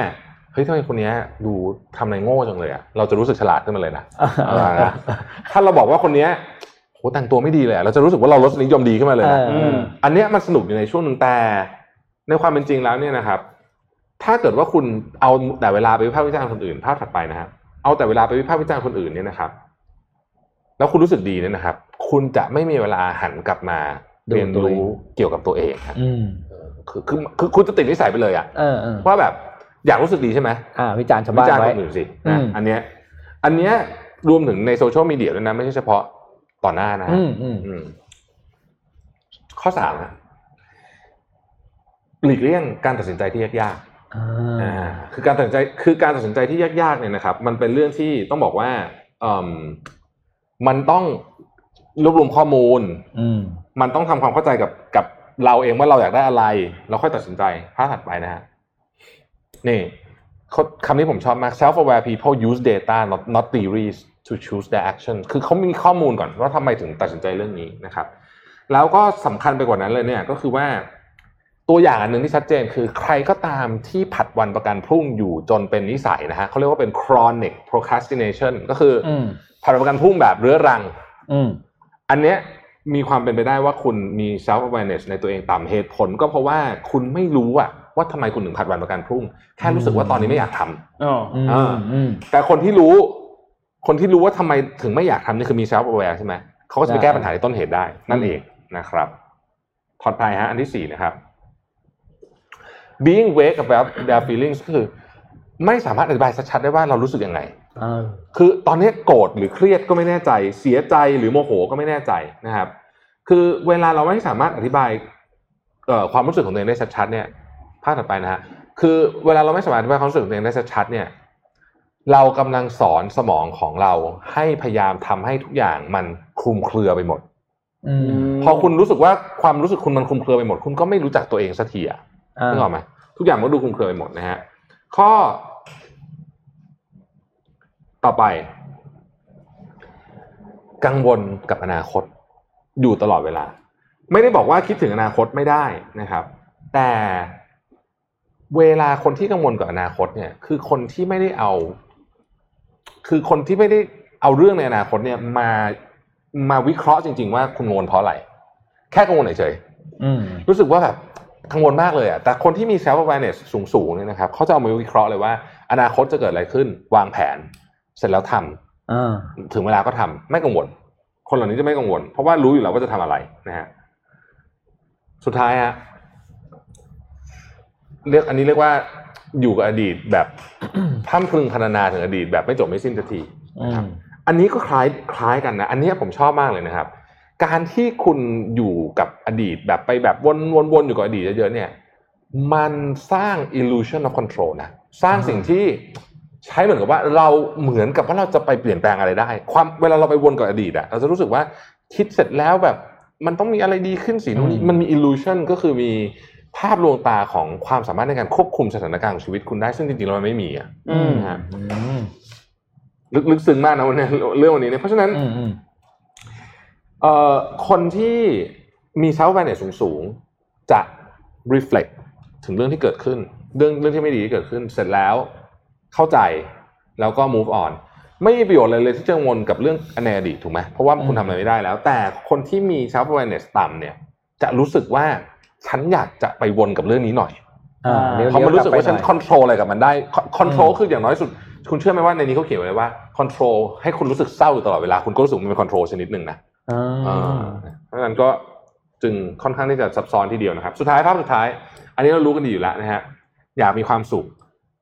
เฮ้ยทำไมคนเนี้ยดูทำอะไรโง่จังเลยอะเราจะรู้สึกฉลาดขึ้นมาเลยนะเอาละถ้าเราบอกว่าคนเนี้ยโหแต่งตัวไม่ดีเลยอะเราจะรู้สึกว่าเราลดนิยมดีขึ้นมาเลยนะ เออ ม อันเนี้ยมันสนุกอยู่ในช่วงหนึ่งแต่ ในความเป็นจริงแล้วเนี่ยนะครับ ถ้าเกิดว่าคุณเอาแต่เวลาไปวิพากษ์วิจารณ์คนอื่นภาพถัดไปนะครับเอาแต่เวลาไปวิพากษ์วิจารณ์คนอื่นเนี่ยนะครับ แล้วคุณรู้สึกดีเนี่ยนะครับ คุณจะไม่มีเวลาหันกลับมาเรียนรู้เกี่ยวกับตัวเองครับ อืม คือคือคือคุณจะติดนิสัยไปเลยอะ เออเออ ว่าแบบอยากรู้สึกดีใช่ไหม อ่า วิจารณ์ชาว วิ บ้าน จารณ์ ไว้ คนอื่นสิ อื นะ ม อันเนี้ยอันเนี้ยรวมถึงในโซเชียลมีเดียด้วยนะไม่ใช่เฉพาะต่อหน้านะฮะ อืมอืม อืมข้อสามนะหลีกเลี่ยงการตัดสินใจที่ยากๆอ่า อ่าคือการตัดสินใจคือการตัดสินใจที่ยากๆเนี่ยนะครับ มันเป็นเรื่องที่ต้องบอกว่าเอิ่มมันต้องรวบรวมข้อมูล อืม มันต้องทำความเข้าใจกับกับเราเองว่าเราอยากได้อะไร เราค่อยตัดสินใจภาพถัดไปนะฮะนี่เขาคำนี้ผมชอบมาก self aware people use data not not theories to choose their action คือเขามีข้อมูลก่อนว่าทำไมถึงตัดสินใจเรื่องนี้นะครับ แล้วก็สำคัญไปกว่านั้นเลยเนี่ย ก็คือว่าตัวอย่างอันหนึ่งที่ชัดเจนคือใครก็ตามที่ผัดวันประกันพรุ่งอยู่จนเป็นนิสัยนะฮะเขาเรียกว่าเป็น chronic procrastination ก็คืออ อืม ผัดวันประกันพรุ่งแบบเรื้อรัง อืม อันเนี้ยมีความเป็นไปได้ว่าคุณมี self awareness ในตัวเองต่ำเหตุผล ก็เพราะว่าคุณไม่รู้อะว่าทำไมคุณถึงผัดวันประกันพรุ่ง แค่รู้สึกว่าตอนนี้ไม่อยากทำ อ๋อ อืม อ่า อืม แต่คนที่รู้ คนที่รู้ว่าทำไมถึงไม่อยากทำนี่คือมี self aware ใช่ไหมเขาก็จะไปแก้ปัญหาที่ต้นเหตุได้ นั่นเองนะครับถอดไปฮะอันที่สี่นะครับ being wake about their feelings ก็คือ ไม่สามารถอธิบายชัดๆได้ว่าเรารู้สึกยังไง อ่า คือตอนนี้โกรธหรือเครียดก็ไม่แน่ใจ เสียใจหรือโมโหก็ไม่แน่ใจนะครับ คือเวลาเราไม่สามารถอธิบายเอ่อความรู้สึกของตัวเองได้ชัดๆเนี่ยภาพถัดไปนะฮะคือเวลาเราไม่สามารถอธิบายความรู้สึกของตัวเองได้ชัดๆเนี่ย เรากำลังสอนสมองของเราให้พยายามทำให้ทุกอย่างมันคลุมเครือไปหมด อืม พอคุณรู้สึกว่าความรู้สึกคุณมันคลุมเครือไปหมด คุณก็ไม่รู้จักตัวเองสักทีอะ อ่า นึกออกไหมทุกอย่างมันก็ดูคลุมเครือไปหมดนะฮะข้อ ต่อไป กังวลกับอนาคตอยู่ตลอดเวลา ไม่ได้บอกว่าคิดถึงอนาคตไม่ได้นะครับ แต่เวลาคนที่กังวลกับอนาคตเนี่ย คือคนที่ไม่ได้เอา คือคนที่ไม่ได้เอาเรื่องในอนาคตเนี่ยมามาวิเคราะห์จริง ๆ ว่าคุณกังวลเพราะอะไร แค่กังวลเฉยๆ อืม รู้สึกว่าแบบกังวลมากเลยอ่ะ แต่คนที่มี self awareness สูงสูงๆเนี่ยนะครับเขาจะเอามาวิเคราะห์เลยว่า อนาคตจะเกิดอะไรขึ้น วางแผน เสร็จแล้วทำ อ่า ถึงเวลาก็ทำไม่กังวล คนเหล่านี้จะไม่กังวล เพราะว่ารู้อยู่แล้วว่าจะทำอะไรนะฮะสุดท้ายฮะเรียกอันนี้เรียกว่าอยู่กับอดีต แบบ พร่ำพรึงพรรณนาถึงอดีตแบบไม่จบไม่สิ้นสักทีนะครับ อืม อันนี้ก็คล้ายคล้ายกันนะ อันเนี้ยผมชอบมากเลยนะครับ การที่คุณอยู่กับอดีตแบบไปแบบวนวนวนอยู่กับอดีตเยอะๆเนี่ย มันสร้าง illusion of control นะ สร้างสิ่งที่ใช้เหมือนกับว่าเราเหมือนกับว่าเราจะไปเปลี่ยนแปลงอะไรได้ ความเวลาเราไปวนกับอดีตอะเราจะรู้สึกว่าคิดเสร็จแล้วแบบมันต้องมีอะไรดีขึ้นสินู่นนี่มันมี illusion ก็คือมีภาพลวงตาของความสามารถในการควบคุมสถานการณ์ของชีวิตคุณได้ซึ่งจริงๆแล้วมันไม่มีอะ อืม นะฮะ อืม ลึกลึกซึ้งมากนะวันนี้ เรื่องวันนี้เนี่ยเพราะฉะนั้น อืมอืม เอ่อคนที่มีเซลฟ์แวร์เนี่ยสูงๆ จะ reflect ถึงเรื่องที่เกิดขึ้น เรื่องเรื่องที่ไม่ดีที่เกิดขึ้น เสร็จแล้วเข้าใจแล้วก็ move on ไม่มีประโยชน์เลยเลยที่จะกังวลกับเรื่องในอดีตถูกไหมเพราะว่าคุณทำอะไรไม่ได้แล้ว แต่คนที่มี self awareness ต่ำเนี่ย จะรู้สึกว่าฉันอยากจะไปวนกับเรื่องนี้หน่อย อ่าเดี๋ยว เพราะมันรู้สึกว่าฉัน เดี๋ย คว ลับไปหน่อย อนโทรลอะไรกับมันได้คอนโทรล อืม คืออย่างน้อยสุด คุณเชื่อไหมว่าในนี้เขาเขียนไว้ว่าคอนโทรลให้คุณรู้สึกเศร้าอยู่ตลอดเวลา คุณก็รู้สึกมันเป็นคอนโทรลชนิดหนึ่งนะ อ่ เอา อเพราะฉะนั้นก็จึงค่อนข้างที่จะซับซ้อนทีเดียวนะครับ สุดท้ายภาพสุดท้าย อันนี้เรารู้กันดีอยู่แล้วนะฮะอยากมีความสุข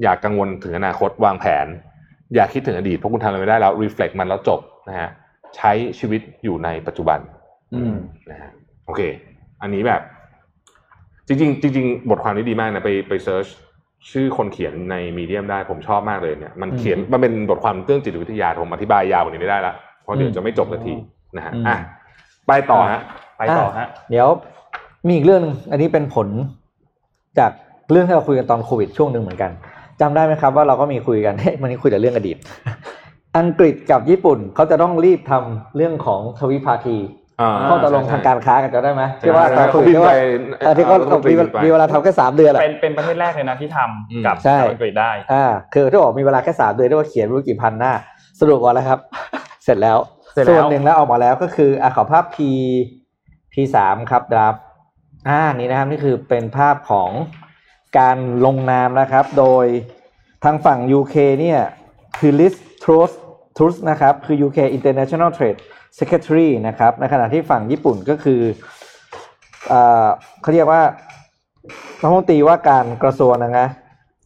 อยากกังวลถึงอนาคตวางแผน อย่าคิดถึงอดีตเพราะคุณทำอะไรไม่ได้แล้ว reflect มันแล้วจบนะฮะใช้ชีวิตอยู่ในปัจจุบัน อืม นะฮะโอเค อันนี้แบบจริงๆจริงๆ บทความนี้ดีมากนะ ไปไปเซิร์ชชื่อคนเขียนในมีเดียมได้ผมชอบมากเลยเนี่ยมัน อืม เขียนมันเป็นบทความเรื่องจิตวิทยาผมอธิบายยาวกว่านี้ไม่ได้ละเพราะเดี๋ยวจะไม่จบสักทีนะฮะ อืม อ่ะไปต่อฮะ ไปต่อฮะ เดี๋ยวมีอีกเรื่องหนึ่งอันนี้เป็นผลจากเรื่องที่เราคุยกันตอนโควิดช่วงหนึ่งเหมือนกันจำได้ไหมครับว่าเราก็มีคุยกัน วันนี้คุยแต่เรื่องอดีต อังกฤษกับญี่ปุ่นเขาจะต้องรีบทำเรื่องของทวิภาคีข้อตกลงทางการค้ากันจะได้ไหมที่ว่าตอน เขา คุย บิน ที่ ไป ว่าเอ่อที่เขา เอเครื่องบินไป มีเวลาทำแค่สามเดือนแหละ เป็นเป็นประเทศแรกเลยนะที่ท อืม ำกับ ใช่ อังกฤษได้ อ่าคือถ้าบอกมีเวลาแค่สามเดือนได้ว่าเขียนไม่รู้กี่พันหน้าสรุปว่าแล้วครับ เสร็จแล้ว เสร็จแล้ว ส่วนหนึ่งแล้วออกมาแล้วก็คืออ่ะขอภาพ P P สามครับดรับอ่านี่นะครับนี่คือเป็นภาพของการลงนามนะครับ โดยทางฝั่ง UK เนี่ยคือ Liz Truss Truss นะครับ คือ UK International Trade Secretary นะครับในขณะที่ฝั่งญี่ปุ่นก็คือเอ่อเขาเรียกว่ารัฐมนตรีว่าการกระทรวงนะนะ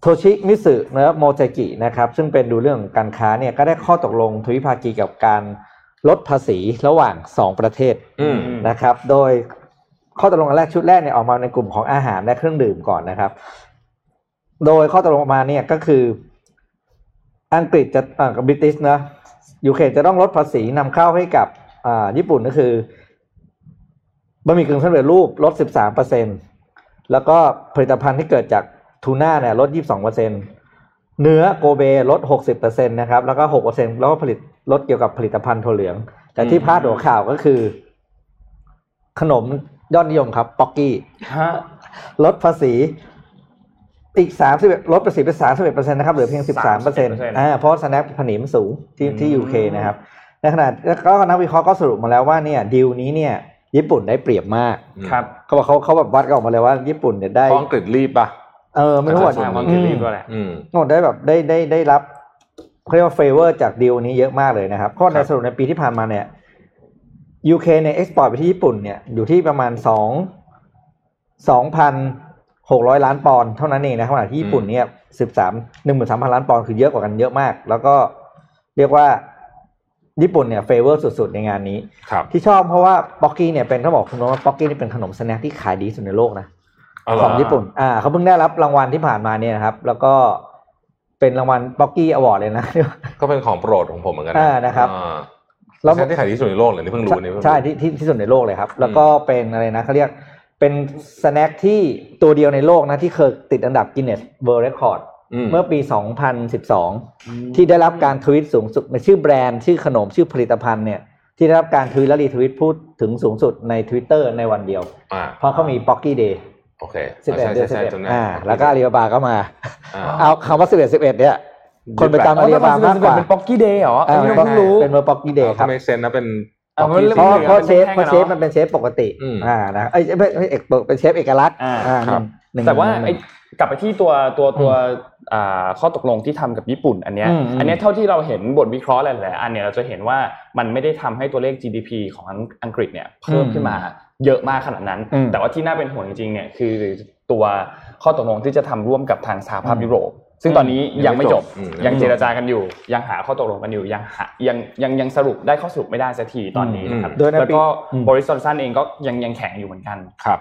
โทชิมิสึนะครับโมเจกินะครับ ซึ่งเป็นดูเรื่องของการค้าเนี่ยก็ได้ข้อตกลงทวิภาคีกับการลดภาษีระหว่าง 2 ประเทศ อืม นะครับ โดยข้อตกลงอันแรกชุดแรกเนี่ยออกมาในกลุ่มของอาหารและเครื่องดื่มก่อนนะครับ โดยข้อตกลงออกมาเนี่ยก็คืออังกฤษจะเอ่อกับบริติชนะยูเคจะต้องลดภาษีนำเข้าให้กับอ่าญี่ปุ่นก็คือบะหมี่กึ่งสำเร็จรูปลด 13เปอร์เซ็นแล้วก็ผลิตภัณฑ์ที่เกิดจากทูน่าเนี่ยลด 22เปอร์เซ็นเนื้อโกเบลด 60เปอร์เซ็นนะครับ แล้วก็6เปอร์เซ็นแล้วก็ผลิตลดเกี่ยวกับผลิตภัณฑ์ถั่วเหลือง แต่ที่พาดหัวข่าวก็คือ ขนมยอดนิยมครับป๊อกกี้ ฮะ ลดภาษีอีกสามสิบลดภาษีเป็นสามสิบเอ็ดเปอร์เซ็นต์นะครับเหลือเพียงสิบสามเปอร์เซ็นต์อ่าเพราะสแน็คผนิมสูงที่ที่ยูเคนะครับในขณะแล้วก็นักวิเคราะห์ก็สรุปมาแล้วว่าเนี่ยดีลนี้เนี่ย ญี่ปุ่นได้เปรียบมาก ครับ เขาบอกเขาเขาแบบวัดกันออกมาเลยว่าญี่ปุ่นเนี่ยได้ ข้ออังกฤษรีบป่ะ เออไม่รู้ว่า ส่ ทาง น ความคิดรีบด้วยแหละ อืม โนได้แบบได้ได้ได้รับเขาเรียกว่าเฟเวอร์จากดีลนี้เยอะมากเลยนะครับข้อใน ครับ สรุปในปีที่ผ่านมาเนี่ย UK ในเอ็กซ์พอร์ตไปที่ญี่ปุ่นเนี่ยอยู่ที่ประมาณสองสองพันหกร้อยล้านปอนด์เท่านั้นเองนะขณะที่ญี่ปุ่นเนี่ยสิบสามหนึ่งหมื่นสามพันล้านปอนด์คือเยอะกว่ากันเยอะมาก แล้วก็เรียกว่าญี่ปุ่นเนี่ยเฟเวอร์สุดๆในงานนี้ ครับ ที่ชอบเพราะว่าป๊อกกี้เนี่ยเป็นเขาบอกคุณว่าป๊อกกี้นี่เป็นขนมสแน็คที่ขายดีที่สุดในโลกนะ เอาเหร ข อ องญี่ปุ่น อ่า เขาเพิ่งได้รับรางวัลที่ผ่านมาเนี่ยนะครับ แล้วก็เป็นรางวัลป๊อกกี้อวอร์ดเลยนะ ก็เป็นของโปรดของผมเหมือนกัน อ่านะครับ อ่า แล้ว เส้นที่ขายดีที่สุดในโลกเลยนี่เพิ่งรู้นี่เพิ่งรู้ ใช่ที่ที่ที่สุดในโลกเลยครับ แล้วก็เป็นอะไรนะเขาเรียกเป็นสแน็คที่ตัวเดียวในโลกนะ ที่เคยติดอันดับกินเนสเวิร์ d เรคคอร์ดเมื่อปี 2012 ที่ได้รับการทวีตสูงสุดในชื่อแบรนด์ชื่อขนมชื่อผลิตภัณฑ์เนี่ย ที่ได้รับการทวีตและรีทวีตพูดถึงสูงสุดใน Twitter ในวันเดียว อ่า เพราะเขามี b ็อกกี้เดย์ โอเค สิบเอ็ด ใช่ เดือน ใช่ใช่สิบเอ็ด จำได้ อ่าแล้วก็อาลีบาบาก็มา อ่า เอาคำว่าสิบเอ็ดสิบเอ็ดเนี่ย คนไปจำอาลีบาบามากกว่า เป็นป็อกกี้เดย์เหรออันนี้ เ เรา ป็ เพิ่งรู้ เป็นเบอร์ Pocky Day ครับ ไม่เซนนะเป็น เอาไว้เล่น เพราะเพราะเชฟ เป็น เพราะเชฟ แท่งอะเนอะ มันเป็นเชฟปกติ อืม อ่านะไอ้ยไม่ไม่เอกเป็นเชฟเอกลักษณ์ อ่า อ่า ครับ หนึ่ง แต่ว่า ห ไอ้ นึ่ง กลับไปที่ตัวตัวตัวอ่าข้อตกลงที่ทำกับญี่ปุ่น อันเนี้ย อืมอืม อันเนี้ยเท่าที่เราเห็นบทวิเคราะห์หลายๆอันเนี่ยเราจะเห็นว่ามันไม่ได้ทำให้ตัวเลข GDP ของอังอังกฤษเนี่ยเพิ่ม อืม ขึ้นมาเยอะมากขนาดนั้น อืม แต่ว่าที่น่าเป็นห่วงจริงๆเนี่ยคือตัวข้อตกลงที่จะทำร่วมกับทางสหภาพ อืม ยุโรป ซึ่งตอนนี้ยังไม่จบ อืม ยังเจรจากันอยู่ ยังหาข้อตกลงกันอยู่ยังหายังยังยังสรุปได้ข้อสรุปไม่ได้สักทีตอนนี้นะครับ โดยใน แล้ว ปี ก็ อืม บริสตันเองก็ยังยังแข็งอยู่เหมือนกัน ครับ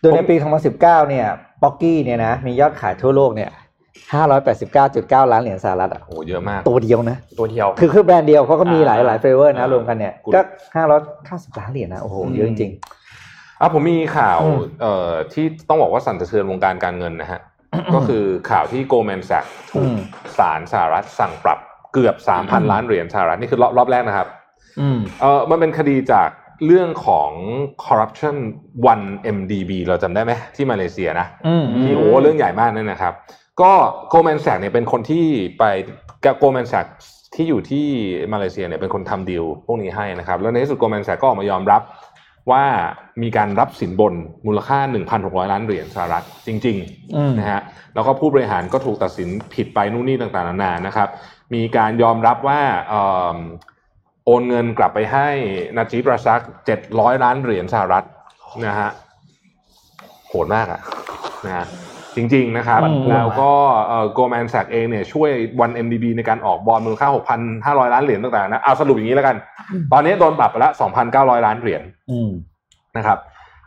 โดยในปี 2019 เนี่ย ป๊อกกี้เนี่ยนะ มียอดขายทั่วโลกเนี่ย 589.9 ล้านเหรียญสหรัฐอะ โอ้โหเยอะมาก ตัวเดียวนะ ตัวเดียว คือคือแบรนด์เดียวเขาก็มีหลาย อ่า หลายเฟเวอร์นะ อ่าร ร วมกันเนี่ย คุณ ก็ 590 ล้านเหรียญนะ โอ้โห เยอะจริง อ่ะผมมีข่าว อืม เอ่อที่ต้องบอกว่าสั่นสะเทือนวงการการเงินนะฮะ ก็คือข่าวที่โกลแมนแซกถู อื ก ม ศาลสหรัฐสั่งปรับเกือบ 3,000 ล้านเหรียญสหรัฐ นี่คือรอบรอบแรกนะครับ อืม เออมันเป็นคดีจากเรื่องของ corruption 1 MDB เราจำได้ไหมที่มาเลเซียนะ อืม ที่โอ้เรื่องใหญ่มากนั่นนะครับ ก็โกลแมนแซกเนี่ยเป็นคนที่ไปโกลแมนแซกที่อยู่ที่มาเลเซียเนี่ยเป็นคนทำดีลพวกนี้ให้นะครับ แล้วในที่สุดโกลแมนแซกก็ออกมายอมรับว่ามีการรับสินบนมูลค่า 1,600 ล้านเหรียญสหรัฐจริง อืม ๆนะฮะแล้วก็ผู้บริหารก็ถูกตัดสินผิดไปนู่นนี่ต่างๆนานานะครับ มีการยอมรับว่าเอิ่มโอนเงินกลับไปให้นาจีบราซัก 700 ล้านเหรียญสหรัฐนะฮะ โหดมากอะนะฮะจริงๆนะครับ อืม แล้วก็โกลแมนแซกเองเนี่ยช่วยวัน MDB ในการออกบอลมูลค่า 6,500 ล้านเหรียญต่างๆนะเอาสรุปอย่างนี้แล้วกัน ตอนนี้โดนปรับไปละ 2,900 ล้านเหรียญ อืม นะครับ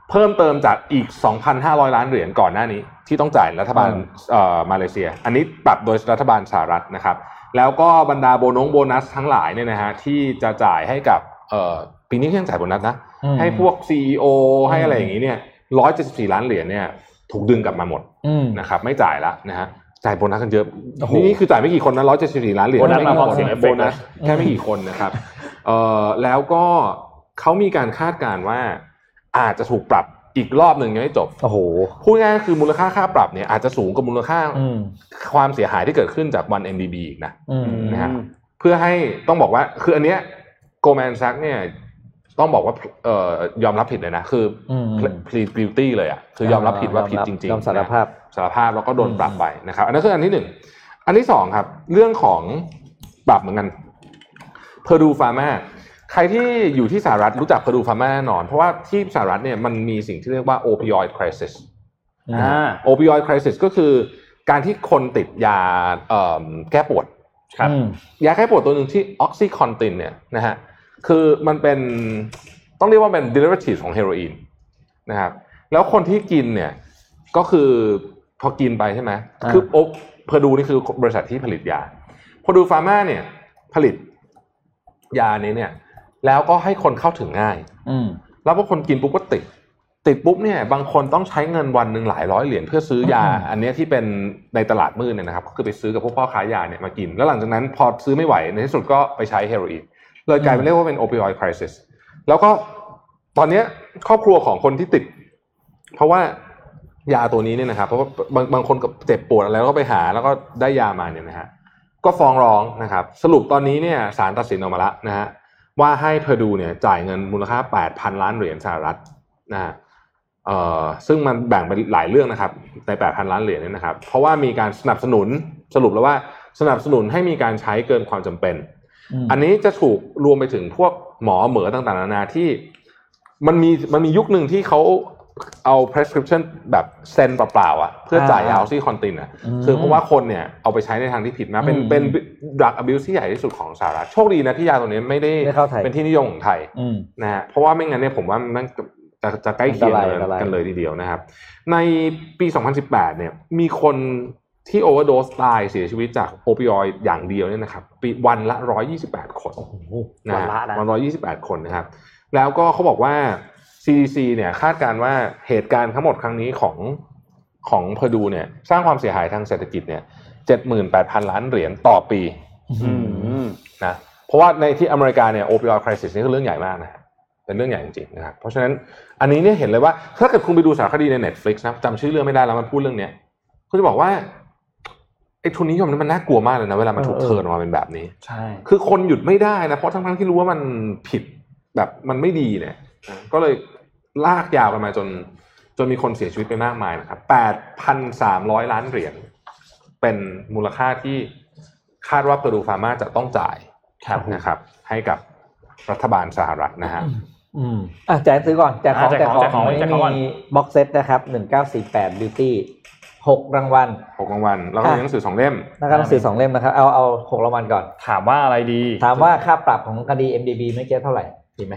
เพิ่มเติมจากอีก 2,500 ล้านเหรียญก่อนหน้านี้ ที่ต้องจ่ายรัฐบาล อืม เอ่อมาเลเซีย อันนี้ปรับโดยรัฐบาลสหรัฐนะครับ แล้วก็บรรดาโบนงโบนัสทั้งหลายเนี่ยนะฮะที่จะจ่ายให้กับเอ่อปีนี้ก็ยังจ่ายโบนัสนะ อืม ให้พวก CEO ให้อะไรอย่างนี้เนี่ยร้อยเจ็ดสิบสี่ล้านเหรียญเนี่ยถูกดึงกลับมาหมด อืม นะครับ ไม่จ่ายละนะฮะจ่ายโบนัสกันเยอะ โอ้โห นี่นี่คือจ่ายไม่กี่คนนะร้อยเจ็ดสิบสี่ล้านเหรียญ โบนัสมาพร้อม ไกี่ เสียงเอฟเฟ โบ กต์ นั นะ สแค่ไม่กี่คนนะครับเอ่อแล้วก็เขามีการคาดการณ์ว่าอาจจะถูกปรับอีกรอบหนึ่งยังไม่จบ โอ้โห พูดง่ายๆคือมูลค่าค่าปรับเนี่ยอาจจะสูงกว่ามูลค่า อืม ความเสียหายที่เกิดขึ้นจากวัน MDB อีกนะ อืม นะฮะ เพื่อให้ต้องบอกว่าคืออันเนี้ยโกลแมนซักเนี่ยต้องบอกว่าเอ่อยอมรับผิดเลยนะ คืออ ม พลีกิลตี้เลยอ่ะคือยอมรับผิดว่าผิดจริงๆ ยอมสาร นะ ภาพ สารภาพแล้วก็โดนปรับไปนะครับ อันนั้นคืออันที่หนึ่งอันที่สองครับ เรื่องของปรับเหมือนกันเพอร์ดูฟาร์มาใครที่อยู่ที่สหรัฐรู้จักเพอร์ดูฟาร์มาแน่นอน เพราะว่าที่สหรัฐเนี่ยมันมีสิ่งที่เรียกว่าโอปิออยด์คริสิส อ่า โอปิออยด์คริสิสก็คือการที่คนติดยาเอิ่มแก้ปวด ครับ อืม ยาแก้ปวดตัวหนึ่งที่ออกซิคอนตินเนี่ยนะฮะคือมันเป็นต้องเรียกว่าเป็น derivative ของเฮโรอีนนะครับแล้วคนที่กินเนี่ยก็คือพอกินไปใช่ไหม อ่า คือโอพอดูนี่คือบริษัทที่ผลิตยาพอดูฟาร์มาเนี่ยผลิตยานี้เนี่ยแล้วก็ให้คนเข้าถึงง่าย อืม แล้วพอคนกินปุ๊บก็ติด ติดปุ๊บเนี่ยบางคนต้องใช้เงินวันหนึ่งหลายร้อยเหรียญเพื่อซื้อยา อืม อันเนี้ยที่เป็นในตลาดมืดเนี่ยนะครับก็คือไปซื้อกับพวกพ่อค้ายาเนี่ยมากิน แล้วหลังจากนั้นพอซื้อไม่ไหวในที่สุดก็ไปใช้เฮโรอีนเลยกลายเป็นเรียกว่าเป็นโอปิออยด์คริสิสแล้วก็ตอนเนี้ยครอบครัวของคนที่ติด เพราะว่ายาตัวนี้เนี่ยนะครับเพราะว่าบางบางคนกับเจ็บปวดอะไรแล้วก็ไปหาแล้วก็ได้ยามาเนี่ยนะฮะก็ฟ้องร้องนะครับ สรุปตอนนี้เนี่ยศาลตัดสินออกมาแล้วนะฮะ ว่าให้เพอร์ดูเนี่ยจ่ายเงินมูลค่า 8,000 ล้านเหรียญสหรัฐนะฮะเอ่อซึ่งมันแบ่งเป็นหลายเรื่องนะครับใน 8,000 ล้านเหรียญเนี่ยนะครับ เพราะว่ามีการสนับสนุนสรุปแล้วว่าสนับสนุนให้มีการใช้เกินความจำเป็น ม อันนี้จะถูกรวมไปถึงพวกหมอเหมอต่างๆนานาที่มันมีมันมียุคหนึ่งที่เขาเอา prescription แบบเซ็นเปล่าๆอะ่ะเพื่อจ่ายยาออกซิคอนตินอ่ะ อืม คือเพราะว่าคนเนี่ยเอาไปใช้ในทางที่ผิดนะเป็น อืม เป็นดักอ abuse ที่ใหญ่ที่สุดของสหรัฐโชคดีนะที่ยาตัวนี้ไม่ได้ ไม่เข้าไทย เป็นที่นิยมของไทย อืม นะฮะเพราะว่าไม่งั้นเนี่ยผมว่ามันจะจะจะใกล้เคียง อันกันตรายอันตราย กันเลยทีเดียวนะครับ ในปี 2018 เนี่ยมีคนที่โอเวอร์โดสตายเสียชีวิตจากโอปิออยด์อย่างเดียวเนี่ยนะครับปีวันละ 128 คนนะฮะวันละ128 คนนะครับ แล้วก็เขาบอกว่า CDC เนี่ยคาดการณ์ว่าเหตุการณ์ทั้งหมดครั้งนี้ของของพอดูเนี่ยสร้างความเสียหายทางเศรษฐกิจเนี่ย 78,000 ล้านเหรียญต่อปี อืม นะผ ราะว่าในที่อเมริกาเนี่ยโอปิออยด์คริสนี่คือเรื่องใหญ่มากนะเป็นเรื่องใหญ่จริงๆนะครับเพราะฉะนั้นอันนี้เนี่ยเห็นเลยว่าถ้าเกิดคุณไปดูสารคดีใน Netflix นะจำชื่อเรื่องไม่ได้แล้วมันพูดเรื่องเนี้ยคุณจะบอกว่าไอ้ทุนนิยมนี่มันน่ากลัวมากเลยนะเวลามันถูก เออเออ เทิร์นออกมาเป็นแบบนี้ ใช่ คือคนหยุดไม่ได้นะ เพราะทั้งทั้งๆที่รู้ว่ามันผิดแบบมันไม่ดีเนี่ยนะก็เลยลากยาวกันมาจน จนมีคนเสียชีวิตไปมากมายนะครับแปดพันสามร้อยล้านเหรียญเป็นมูลค่าที่คาดว่าเปรูฟาร์มาจะต้องจ่าย ครับ นะครับ ให้กับรัฐบาลสหรัฐนะฮะ อืมอ่ะแจกซื้อก่อนแจกขออ่ะงแจ แจ ก ก ข ข อ อง ง แจกของ วันนี้ แจกของก่อน มีบ็อกเซตนะครับหนึ่งเก้าสี่แปดบิวตี้หกรางวัล หกรางวัลแล้วก็มี อ่ะ หนังสือสองเล่ม นะครับหนังสือสองเล่มนะครับ เอาเอาหกรางวัลก่อน ถามว่าอะไรดี ถามว่าค่าปรับของคดี MDB เมื่อกี้เท่าไหร่ดีไหม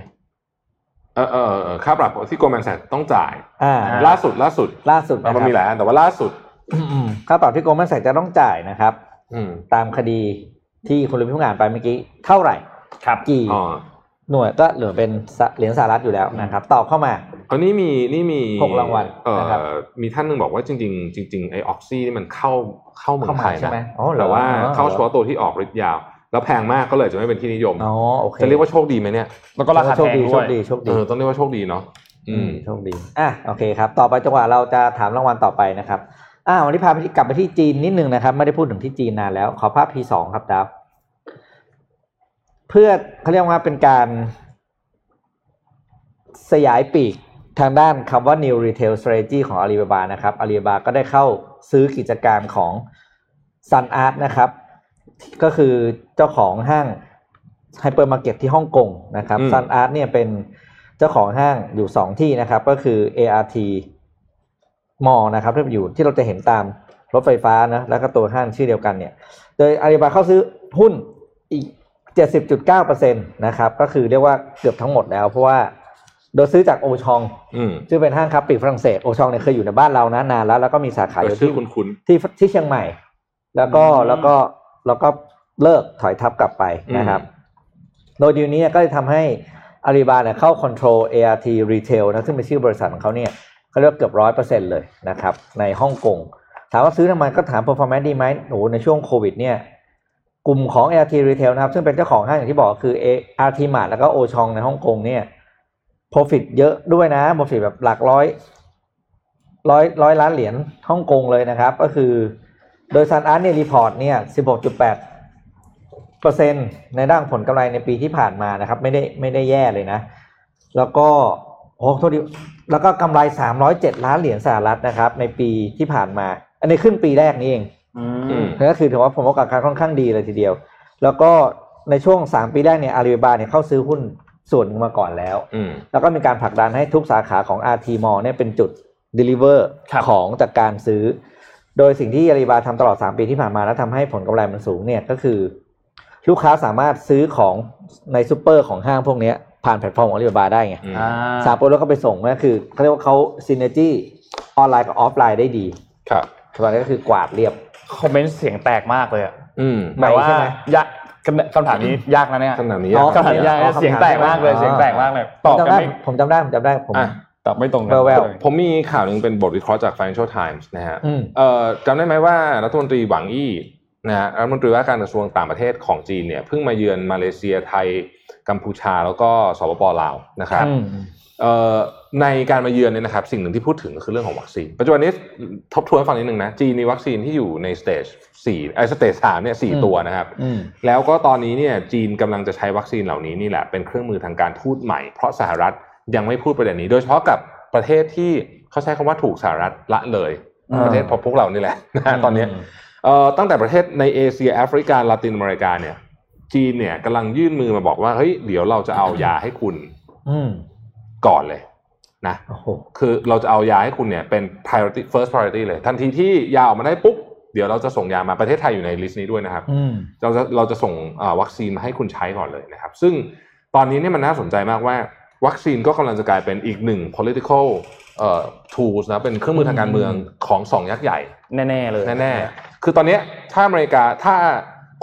เออเออเออค่าปรับที่โกลแมนแซ s ต้องจ่าย อ่า อ่า ล่าสุดล่าสุด ล่าสุดนะค มัน รับ มีหลายอันแต่ว่าล่าสุด อืมๆค่าปรับที่กรมมันแสจะต้องจ่ายนะครับ อืม ตามคดีที่คุณลุงพิมพ์อ่านไปเมื่อกี้เท่าไหร่ ครับ กี่ อ๋อ หน่วยก็เหลือเป็นสะเหรียญสหรัฐอยู่แล้วนะครับ ตอบเข้ามา เอานี่มีนี่มี หกรางวัล เออ นะครับ มีท่านหนึ่งบอกว่าจริง ๆ จริง ๆ ไอออกซี่นี่มันเข้าเข้าเมือ เข้าง ไท มาย ใช่ไหม นะ อ๋อหรอ แต่ว่าเข้าเฉ หรอ พาะตัวที่ออกฤทธิ์ยาว แล้วแพงมากก็เลยจะไม่เป็นที่นิยม อ๋อโอเค จะเรียกว่าโชคดีไหมเนี่ย แล้วก็ราคา โช แพงคดี ด้ โช ว ค ย ดีโชค เอ ดี อต้องเรียกว่าโชคดีเนาะอืม โชคดีอ่ะโอเคครับ ต่อไปจังหวะเราจะถามรางวัลต่อไปนะครับอ่าวันนี้พาไปที่กลับไปที่จีนนิดนึงนะครับ ไม่ได้พูดถึงที่จีนนานแล้ว ขอภาพ P สองครับดาวเพื่อเขาเรียกว่าเป็นการ สยายปีกทางด้านคำว่า new retail strategy ของ Alibaba นะครับ Alibaba ก็ได้เข้าซื้อกิจการของ Sun Art นะครับ ก็คือเจ้าของห้างไฮเปอร์มาร์เก็ตที่ฮ่องกงนะครับ Sun Art เนี่ยเป็นเจ้าของห้างอยู่ 2 ที่นะครับ ก็คือ ART Mall นะครับที่อยู่ที่เราจะเห็นตามรถไฟฟ้านะแล้วก็ตัวห้างชื่อเดียวกันเนี่ย โดยอาลีบาเข้าซื้อหุ้นอีก 70.9%นะครับ ก็คือเรียกว่าเกือบทั้งหมดแล้ว เพราะว่าโดยซื้อจากโอชอง อืม ซึ่งเป็นห้างค้าปลีกฝรั่งเศสโอชองเนี่ยเคยอยู่ในบ้านเรานะนานแล้ว แล้วก็มีสาขาอ แต่ ยู่ ชื่ ที่ อคุ้น ที่ที่เชียงใหม่ แล้วก็ อืม แล้วก็แล้วก็เลิกถอยทับกลับไปนะครับ โดยดีลนี้เนี่ยก็จะทำให้อาลีบาเนี่ยเข้า control ART retail นะซึ่งเป็นชื่อบริษัทของเขาเนี่ยเขาเรียกว่าเกือบร้อยเปอร์เซ็นเลยนะครับ ในฮ่องกง ถามว่าซื้อทำไมก็ถาม performance ดีไหมโอ้โหในช่วงโควิดเนี่ยกลุ่มของ ART Retail นะครับ ซึ่งเป็นเจ้าของห้างอย่างที่บอกคือ ART Mart แล้วก็โอชองในฮ่องกงเนี่ย profit เยอะด้วยนะ profit แบบหลักร้อยร้อยร้อยล้านเหรียญฮ่องกงเลยนะครับ ก็คือโดยซันอาร์ตเนี่ยรีพอร์ตเนี่ย16.8เปอร์เซ็นต์ในด้านผลกำไรในปีที่ผ่านมานะครับ ไม่ได้ไม่ได้แย่เลยนะ แล้วก็โอ้โหโทษดีแล้วก็กำไร 307 ล้านเหรียญสหรัฐนะครับ ในปีที่ผ่านมา อันนี้ขึ้นปีแรกนี้เอง อื อื ม ม ก็คือถือว่าผลประกอบการค่อนข้างดีเลยทีเดียว แล้วก็ในช่วง 3 ปีแรกเนี่ยอาลีบาเนี่ยเข้าซื้อหุ้นส่วนหนึ่งมาก่อนแล้ว ๆอืม แล้วก็มีการผลักดันให้ทุกสาขาของ RT Mall เนี่ยเป็นจุด deliver ของจากการซื้อ โดยสิ่งที่อาลีบาทำตลอด 3 ปีที่ผ่านมาแล้วทำให้ผลกำไรมันสูงเนี่ยก็คือ ลูกค้าสามารถซื้อของในซูเปอร์ของห้างพวกเนี้ยผ่านแพลตฟอร์มของอาลีบาได้ไง อืม อ่า สามโปรแล้วก็ไปส่งก็คือเขาเรียกว่าเขาซินเนจี้ออนไลน์กับออฟไลน์ได้ดี ครับ ตอนนี้ก็คือกวาดเรียบ คอมเมนต์เสียงแตกมากเลยอะ อืม แต่ว่า ใช่ไหม ยากคำถามนี้ยากนะเนี่ย ขนาดนี้ อ๋อ อะ คำถามนี้ยากนะเสียงแตกมากเลยเสียงแตกมากเลยตอบ ผม กัน จำได้ ไม่ ผมจำได้ผมจำได้ผม อ่ะ ตอบไม่ตรงกั แวว ผมมีข่าวหนึ่งเป็นบทวิเคราะห์จาก Financial Times นะฮะ อืม เอ่อจำได้ไหมว่ารัฐมนตรีหวังอี้นะฮะรัฐมนตรีว่าการกระทรวงต่างประเทศของจีนเนี่ยเพิ่งมาเยือนมาเลเซียไทยกัมพูชาแล้วก็สปปลาวนะครับ อืม เอ่อในการมาเยือนเนี่ยนะครับสิ่งหนึ่งที่พูดถึงก็คือเรื่องของวัคซีนปัจจุบันนี้ทบทวนให้ฟังนิดหนึ่งนะจีนมีวัคซีนที่อยู่ในสเตจสี่ไอ้สเตจสามเนี่ยสี่ อืม ตัวนะครับ อืม แล้วก็ตอนนี้เนี่ยจีนกำลังจะใช้วัคซีนเหล่านี้นี่แหละเป็นเครื่องมือทางการทูตใหม่เพราะสหรัฐยังไม่พูดประเด็นนี้ โดยเฉพาะกับประเทศที่เขาใช้คำว่าถูกสหรัฐละเลย อ่า ประเทศพวกเรานี่แหละ นะฮะตอนเนี้ย ม เอ่อตั้งแต่ประเทศในเอเชียแอฟริกาลาตินอเมริกาเนี่ยจีนเนี่ยกำลังยื่นมือมาบอกว่าเฮ้ยเดี๋ยวเราจะเอายาให้คุณ อืม ก่อนเลยนะ โอ้โห คือเราจะเอายาให้คุณเนี่ยเป็น priority first priority เลย ทันทีที่ยาออกมาได้ปุ๊บเดี๋ยวเราจะส่งยามาประเทศไทยอยู่ในลิสต์นี้ด้วยนะครับ อืม เราจะเราจะส่งเอ่อวัคซีนมาให้คุณใช้ก่อนเลยนะครับ ซึ่งตอนนี้เนี่ยมันน่าสนใจมากว่า วัคซีนก็กำลังจะกลายเป็นอีกหนึ่ง political เอ่อ tools นะเป็นเครื่องมือทางการเมืองของสองยักษ์ใหญ่ แน่ๆเลย แน่ๆ คือตอนเนี้ยถ้าอเมริกาถ้า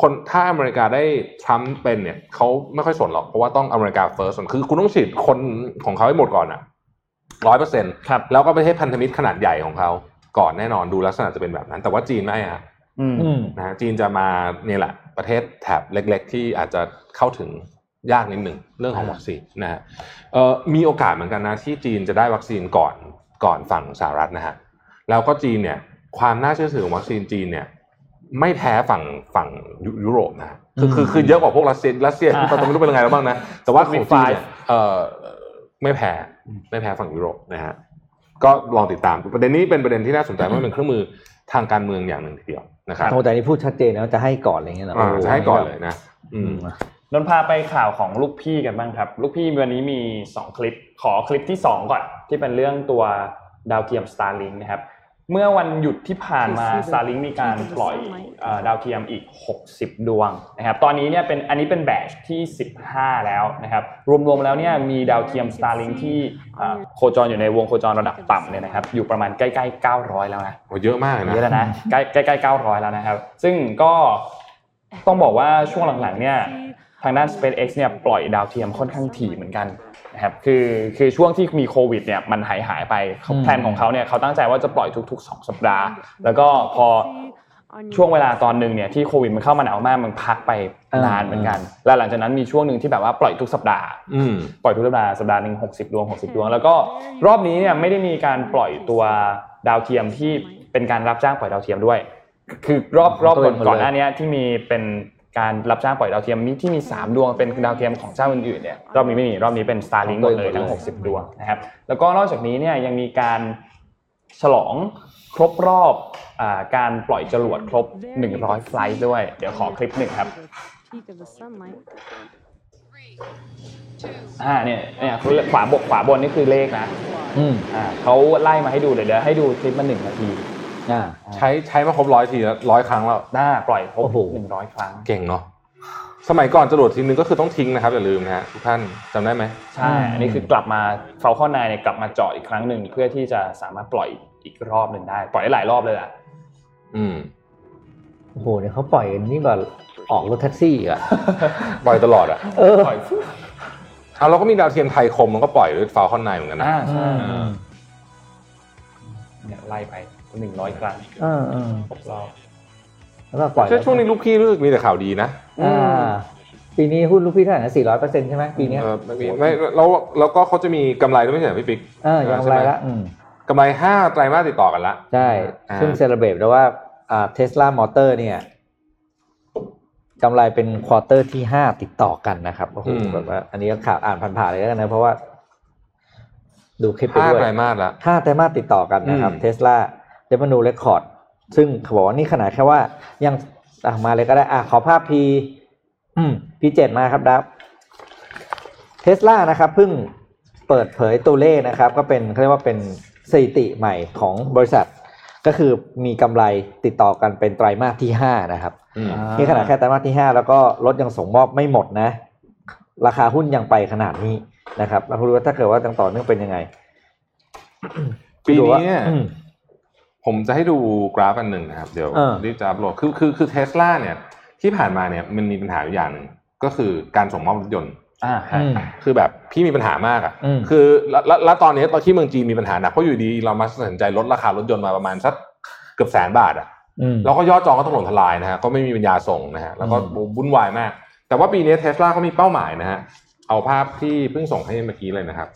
คนถ้าอเมริกาได้ทรัมป์เป็นเนี่ยเขาไม่ค่อยสนหรอก เพราะว่าต้องอเมริกา first คือคุณต้องฉีดคนของเขาให้หมดก่อนอะร้อยเปอร์เซ็นต์ ครับ แล้วก็ประเทศพันธมิตรขนาดใหญ่ของเขาก่อนแน่นอนดูลักษณะจะเป็นแบบนั้น แต่ว่าจีนไม่อะ อืม อืม นะฮะจีนจะมาเนี่ยแหละ ประเทศแถบเล็ก ๆ ที่อาจจะเข้าถึงยากนิดหนึ่งเรื่องของวัคซีนนะฮะเอ่อมีโอกาสเหมือนกันนะที่จีนจะได้วัคซีนก่อนก่อนฝั่งสหรัฐนะฮะแล้วก็จีนเนี่ยความน่าเชื่อถือของวัคซีนจีนเนี่ยไม่แพ้ฝั่งฝั่งยุยุโรปนะฮะคือคือคือเยอะกว่าพวกรัสเซียรัสเซียที่ตอนนี้ไม่รู้เป็นยังไงแล้วบ้างนะแต่ว่าของจีนเนี่ยเอ่อไม่แพ้ไม่แพ้ฝั่งยุโรปนะฮะ ก็ลองติดตามประเด็นนี้เป็นประเด็นที่น่าสนใจเพราะมันเป็นเครื่องมือทางการเมืองอย่างหนึ่งทีเดียวนะครับ โทแต่นี่พูดชัดเจนแล้วจะให้ก่อนอะไรเงี้ยเหรอ อ่า โโ จะให้ก่อนเลยนะ อืม นนท์พาไปข่าวของลูกพี่กันบ้างครับ ลูกพี่วันนี้มี 2 คลิปขอคลิปที่ 2 ก่อน ที่เป็นเรื่องตัวดาวเทียม Starlink นะครับ เมื่อวันหยุดที่ผ่านมา Starlink มีการปล่อยเอ่อดาวเทียมอีก 60 ดวงนะครับ ตอนนี้เนี่ยเป็นอันนี้เป็นแบตชที่ 15 แล้วนะครับ รวมๆแล้วเนี่ยมีดาวเทียม Starlink ที่เอ่อโคจรอยู่ในวงโคจรระดับต่ำเนี่ยนะครับ อยู่ประมาณใกล้ๆ 900 แล้วนะ โอ้เยอะมากเลย เยอะแล้ นะ วนะใกล้ใกล้เก้าร้อยแล้วนะครับ ซึ่งก็ต้องบอกว่าช่วงหลังๆเนี่ยทางด้าน SpaceX เนี่ยปล่อยดาวเทียมค่อนข้างถี่เหมือนกันนะครับคือคือช่วงที่มีโควิดเนี่ยมันหายหายไป อืม แผนของเขาเนี่ยเขาตั้งใจว่าจะปล่อยทุกๆ 2 สัปดาห์ แล้วก็พอช่วงเวลาตอนหนึ่งเนี่ยที่โควิดมันเข้ามาหนาวมากมันพักไปนานเหมือนกัน แล้วหลังจากนั้นมีช่วงหนึ่งที่แบบว่าปล่อยทุกสัปดาห์ อืม ปล่อยทุกสัปดาห์สัปดาห์หนึ่งหกสิบดวงหกสิบดวง แล้วก็รอบนี้เนี่ยไม่ได้มีการปล่อยตัวดาวเทียมที่เป็นการรับจ้างปล่อยดาวเทียมด้วย คือรอบรอบก่อนก่อนหน้านี้ที่มีเป็นการรับจ้างปล่อยดาวเทียมมีที่มีสามดวงเป็นดาวเทียมของเจ้าอื่นๆเนี่ยรอบนี้ไม่มีรอบนี้เป็น Starlink หมดเลยทั้ง 60 ดวงนะครับแล้วก็นอกจากนี้เนี่ยยังมีการฉลองครบรอบอ่าการปล่อยจรวดครบ 100 ไฟลท์ด้วยเดี๋ยวขอคลิปหนึ่งครับ peak of the sunlight. อ่าเนี่ยเนี่ยขวาบกขวาบนนี่คือเลขนะ อืม อ่าเขาไล่มาให้ดูเลยเดี๋ยวให้ดูคลิปมาหนึ่งนาที อ่า ใช้ใช้มาครบร้อยทีแล้วร้อยครั้งแล้ว หน้าปล่อยครบ โอ้โห หนึ่งร้อยครั้ง เก่งเนาะ สมัยก่อนจรวดทีนึงก็คือต้องทิ้งนะครับ อย่าลืมนะฮะทุกท่านจำได้ไหม ใช่ อันนี้คือกลับมาเฟลคอนไนเนี่ยกลับมาเจาะอีกครั้งหนึ่งเพื่อที่จะสามารถปล่อยอีกรอบหนึ่งได้ ปล่อยได้หลายรอบเลยอ่ะ อืม โอ้โหเนี่ยเขาปล่อยกันนี่แบบออกรถแท็กซี่อีกอ่ะ ปล่อยตลอดอ่ะ เออ ปล่อย เอาเราก็มีดาวเทียมไทยคมมันก็ปล่อยด้วยฟาวคอนไนเหมือนกันนะ อ่า อื ใช่ ม เนี่ยไล่ไปหนึ่งร้อยครั้ง เออเออ ครบรอบ แล้วก็ปล่อย ใช่ช่วงนี้ลูกพี่รู้สึกมีแต่ข่าวดีนะ อ่าปีนี้หุ้นลูกพี่เท่าไหร่นะสี่ร้อยเปอร์เซ็นต์ใช่ไหมปีเนี้ย เออไม่ไม่แล้วแล้วก็เขาจะมีกำไรด้วยไม่ใช่เหรอพี่ปิ๊ก เออยังไรละอืม กำไรห้าไตรมาสติดต่อกันละ ใช่ อ่า ซึ่งเซเลเบรตแล้วว่าเทสลามอเตอร์เนี่ยกำไรเป็นควอเตอร์ที่ห้าติดต่อกันนะครับโอ้โหแบบว่า อันนี้ก็ข่าวอ่านผ่านๆเลยแล้วกันนะ เพราะว่า ดูคลิปไป ห้า ด้วย ไตรมาสละ ห้าไตรมาสติดต่อกันนะครับ อืม เทสลาเดม n ูเรคคอร์ดซึ่งเขาบอกว่านี่ขนาดแค่ว่า ยังอ่ะมาเลยก็ได้ อ่ะขอภาพพีพีเจ็ดมาครับดับเทสลานะครับเพิ่งเปิดเผยตัวเลขนะครับ ก็เป็นเขาเรียกว่าเป็นสถิติใหม่ของบริษัท ก็คือมีกำไรติดต่อกันเป็นไตรมาสที่ 5 นะครับ อืม นี่ขนาดแค่ไตรมาสที่ 5 แล้วก็รถยังส่งมอบไม่หมดนะ ราคาหุ้นยังไปขนาดนี้นะครับเราไม่รู้ว่าถ้าเกิดว่ายังต่อเนื่องเป็นยังไง ปี ดูว่า นี้เนี่ย อืม ผมจะให้ดูกราฟอันหนึ่งนะครับ เดี๋ยว เออ รีบจะอัพโหลดคือคือคือเทสลาเนี่ย ที่ผ่านมาเนี่ยมันมีปัญหาอยู่อย่างหนึ่งก็คือการส่งมอบรถยนต์ อ่า อืม คือแบบพี่มีปัญหามากอ่ะ อืม คือแล้วแล้วแล้วตอนนี้ตอนที่เมืองจีนมีปัญหาหนักเพราะอยู่ดีเรามาตัดสินใจลดราคารถยนต์มาประมาณสักเกือบแสนบาทอ่ะ อืม แล้วก็ยอดจองก็ถล่มทลายนะฮะก็ไม่มีปัญญาส่งนะฮะแล้วก็ อืม วุ่นวายมาก แต่ว่าปีนี้เทสลาเขามีเป้าหมายนะฮะเอาภาพที่เพิ่งส่งให้เมื่อกี้เลยนะครับ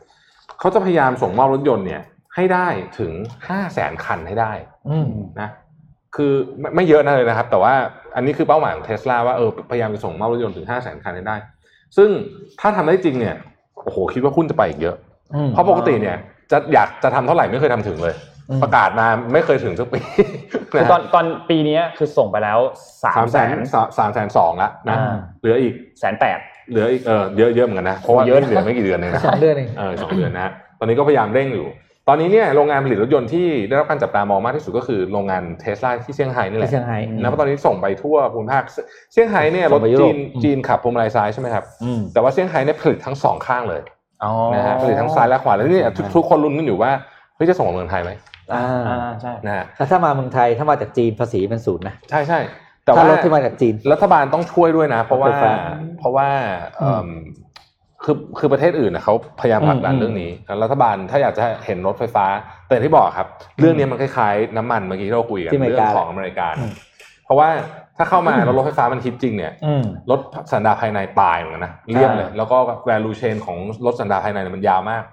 เขาจะพยายามส่งมอบรถยนต์เนี่ย ให้ได้ถึงห้าแสนคันให้ได้ อืม นะคือไม่ไม่เยอะนะเลยนะครับ แต่ว่าอันนี้คือเป้าหมายของเทสลาว่าเออพยายามจะส่งมอบรถยนต์ถึงห้าแสนคันให้ได้ ซึ่งถ้าทำได้จริงเนี่ยโอ้โหคิดว่าหุ้นจะไปอีกเยอะ อืม เพราะปกติเนี่ยจะอยากจะทำเท่าไหร่ไม่เคยทำถึงเลย อืม ประกาศมาไม่เคยถึงสักปี คื นะ อ ฮะ ตอนตอนปีเนี้ยคือส่งไปแล้วสา สาม ม แส แส น นสามแสนสองละนะ อ่า เหลืออีก แสนแปด เหลืออีกเออเยอะเยอะเหมือนกันนะเพราะว่า เยอะนะ เหลือไม่กี่เดือนเองนะ สองเดือนเอง เออสองเดือนนะฮะตอนนี้ก็พยายามเร่งอยู่ ตอนนี้เนี่ยโรงงานผลิตรถยนต์ที่ได้รับการจับตามองมากที่สุดก็คือโรงงานเทสลาที่เซี่ยงไฮ้นี่แห ไป ละ เชียงไฮ้ นะเพราะตอนนี้ส่งไปทั่วภูมิภาคเซี่ยงไฮ้เนี่ยรส่ง ถ ไปยุโร จี ป น อืม จีนขับพวงมาลัยซ้ายใช่ไหมครับ อืม แต่ว่าเซี่ยงไฮ้เนี่ยผลิตทั้งสองข้างเลย อ๋อ นะฮะผลิตทั้งซ้ายและขวาแล้วเนี่ยทุกทุกคนลุ้นกันอยู่ว่าเฮ้ยจะส่งมาเมืองไทยไหม อ่า อ่าใช่ นะฮะ แล้วถ้ามาเมืองไทยถ้ามาจากจีนภาษีเป็นศูนย์นะ ใช่ใช่แต่ว่า ถ้ารถที่มาจากจีน รัฐบาลต้องช่วยด้วยนะ เพราะว่า ไฟฟ้า เพราะว่าเอิ่มคือคือประเทศอื่นนะเขาพยายามผลักดัน อืม เรื่องนี้แล้วรัฐบาลถ้าอยากจะเห็นรถไฟฟ้า แต่อย่างที่บอกครับ เรื่องนี้มันคล้ายๆ น้ำมันเมื่อกี้ที่เราคุยกันเรื่องของอเมริกานะเพราะว่า ถ้าเข้า มาแล้วรถไฟฟ้ามันฮิตจริงเนี่ย อืม รถสันดาปภายในตายเหมือนกันนะเลี่ยงเลย ใช่ แล้วก็ value chain ของรถสันดาปภายในเนี่ยมันยาวมาก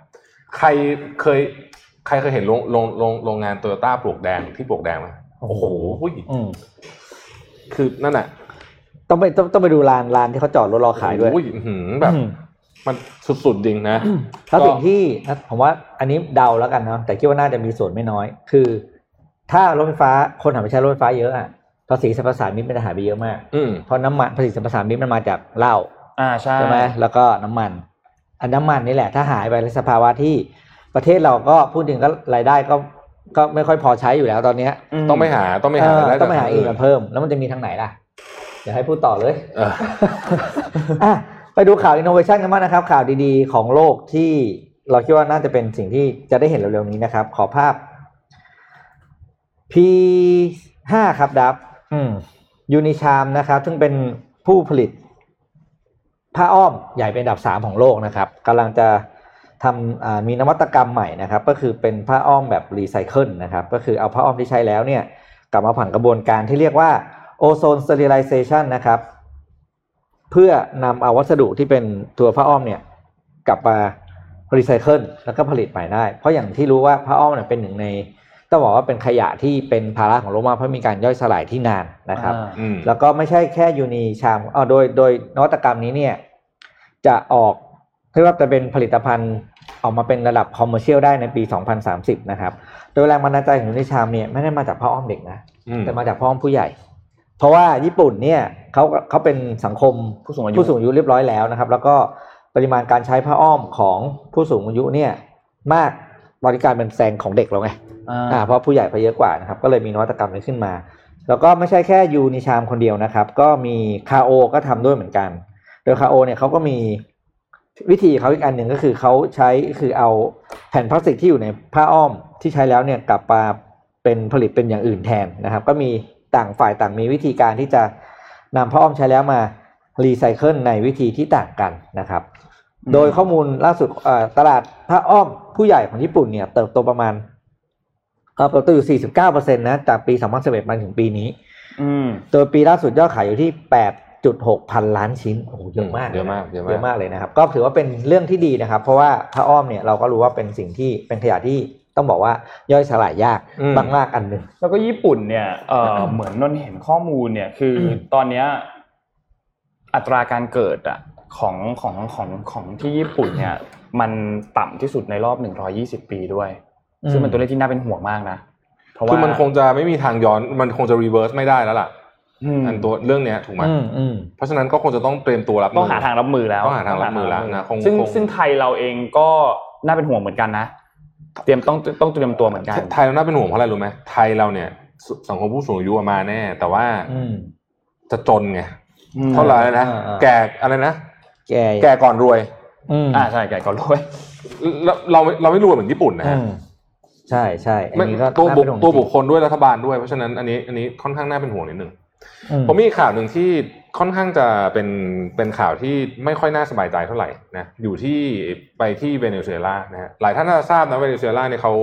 ใครเคย ใครเคยเห็นโรงโรงโรงโรงงานโตโยต้าปลวกแดงที่ปลวกแดงไหมโอ้โห อืม คือนั่นแหละ ต้องไปต้องต้องไปดูลานลานที่เขาจอดรถรอขายด้วย โอ้อื้อหือแบบ อืม มันสุดๆจริงนะ แล้วสิ่ง ก็ ที่นะผมว่าอันนี้เดาแล้วกันเนาะแต่คิดว่าน่าจะมีส่วนไม่น้อย คือ ถ้ารถไฟฟ้าคนหันไปใช้รถไฟฟ้าเยอะอะภาษีสรรพสามิตมันจะหายไปเยอะมาก อืม เพราะน้ำมันภาษีสรรพสามิตมันมาจากเหล้า อ่าใช่ ใช่ไหมแล้วก็น้ำมัน อันน้ำมันนี่แหละ ถ้าหายไปในสภาวะที่ประเทศเราก็พูดถึงก็รายได้ก็ก็ไม่ค่อยพอใช้อยู่แล้วตอนเนี้ย ต้องไปหาต้องไปหา เออ รายด้ ต้องไปหา จก อีก ท มาเพิ่ม แล้วมันจะมีทางไหนล่ะเดี๋ยวให้พูดต่อเลย เออ อ่ะไปดูข่าว Innovation กันบ้างนะครับ ข่าวดีๆ ของโลกที่เราคิดว่าน่าจะเป็นสิ่งที่จะได้เห็นเร็วๆนี้นะครับ ขอภาพ P5 ครับดับยูนิชามนะครับ ซึ่งเป็นผู้ผลิต ผ้าอ้อมใหญ่เป็นอันดับสามของโลกนะครับกำลังจะทำอ่ามีนวัตกรรมใหม่นะครับ ก็คือเป็นผ้าอ้อมแบบรีไซเคิลนะครับ ก็คือเอาผ้าอ้อมที่ใช้แล้วเนี่ย กลับมาผ่านกระบวนการที่เรียกว่าโอโซนสเตอริไลเซชันนะครับ เพื่อนำเอาวัสดุที่เป็นตัวผ้าอ้อมเนี่ย กลับมารีไซเคิลแล้วก็ผลิตใหม่ได้ เพราะอย่างที่รู้ว่าผ้าอ้อมเนี่ยเป็นหนึ่งในต้องบอกว่าเป็นขยะที่เป็นภาระของโลกมากเพราะมีการย่อยสลายที่นานนะครับ อืม แล้วก็ไม่ใช่แค่ยูนีชามเอ่อโดย โดยนวัตกรรมนี้เนี่ย จะออกเรียกว่าจะเป็นผลิตภัณฑ์ออกมาเป็นระดับคอมเมอร์เชียลได้ในปี 2030 นะครับ โดยแรงบันดาลใจของยูนีชามเนี่ยไม่ได้มาจากผ้าอ้อมเด็กนะ อืม แต่มาจากพ่อผู้ใหญ่ เพราะว่าญี่ปุ่นเนี่ยเขาเขาเป็นสังคม ผู้สูงอายุ ผู้สูงอายุเรียบร้อยแล้วนะครับ แล้วก็ปริมาณการใช้ผ้าอ้อมของผู้สูงอายุเนี่ยมากบริการเป็นแซงของเด็กแล้วไง อ่า อ่าเพราะผู้ใหญ่ไปเยอะกว่านะครับ ก็เลยมีนวัตกรรมนี้ขึ้นมา แล้วก็ไม่ใช่แค่ยูนิชามคนเดียวนะครับ ก็มีคาโอก็ทำด้วยเหมือนกัน โดยคาโอเนี่ยเขาก็มีวิธีเขาอีกอันหนึ่งก็คือเขาใช้คือเอาแผ่นพลาสติกที่อยู่ในผ้าอ้อมที่ใช้แล้วเนี่ยกลับมาเป็นผลิตเป็นอย่างอื่นแทนนะครับ ก็มีต่างฝ่ายต่างมีวิธีการที่จะนำผ้าอ้อมใช้แล้วมารีไซเคิลในวิธีที่ต่างกันนะครับ โดยข้อมูลล่าสุดเอ่อตลาดผ้าอ้อมผู้ใหญ่ของญี่ปุ่นเนี่ยเติบโตประมาณเอ่อเติบโตอยู่49%นะจากปี 2011มาถึงปีนี้ อืม โดยปีล่าสุดยอดขายอยู่ที่ 8.6 พันล้านชิ้น โอ้โห เยอะมาก เยอะมากเยอะ เยมาอะก มากเลยนะครับ ก็ถือว่าเป็นเรื่องที่ดีนะครับ เพราะว่าผ้าอ้อมเนี่ยเราก็รู้ว่าเป็นสิ่งที่เป็นขยะที่ต้องบอกว่าย่อยสลายยาก อืม มากๆอันหนึ่ง แล้วก็ญี่ปุ่นเนี่ยเอ่อเหมือนนนเห็นข้อมูลเนี่ยคืออ ม ตอนเนี้ยอัตราการเกิดอะของของของของที่ญี่ปุ่นเนี่ยมันต่ำที่สุดในรอบ 120 ปีด้วย อืม ซึ่งเป็นตัวเลขที่น่าเป็นห่วงมากนะ เพราะว่า คือมันคงจะไม่มีทางย้อนมันคงจะรีเวิร์สไม่ได้แล้วล่ะ อืม อันตัวเรื่องเนี้ยถูกไหม อืมอืม เพราะฉะนั้นก็คงจะต้องเตรียมตัวรับมื ต้องหาทางรับมือแล้ว ต้องหาทางรับมือแล้วนะคง ซึ่ง คง ซึ่งไทยเราเองก็น่าเป็นห่วงเหมือนกันนะ เตรียมต้องต้องเตรียมตัวเหมือนกัน ไทยเราน่าเป็นห่วงเพราะอะไรรู้ไหมไทยเราเนี่ยสสังคมผู้สูงอายุอะมาแน่ แต่ว่า อืม จะจนไงเท่าไหร่นะ อ่าอ่า แก่อะไรนะ แก แก่ก่อนรวย อืม อ่าใช่ไก่ก่อนรวย เราเราไม่เราไม่รวยเหมือนญี่ปุ่นนะ อื ฮะ มใช่ใช่อัน ไม่ นี้ก็ ตัวบุค น่าเป็นห่ง ตัวบุคคลด้วยรัฐบาลด้วยเพราะฉะนั้นอันนี้อันนี้ค่อนข้างน่าเป็นห่วงนิดนึง อืม ผมมีอีกข่าวหนึ่งที่ค่อนข้างจะเป็นเป็นข่าวที่ไม่ค่อยน่าสบายใจเท่าไหร่นะอยู่ที่ไปที่เวเนซุเอลานะฮะหลายท่านน่าจะทราบนะเวเนซุเอลาเนี่ยเขา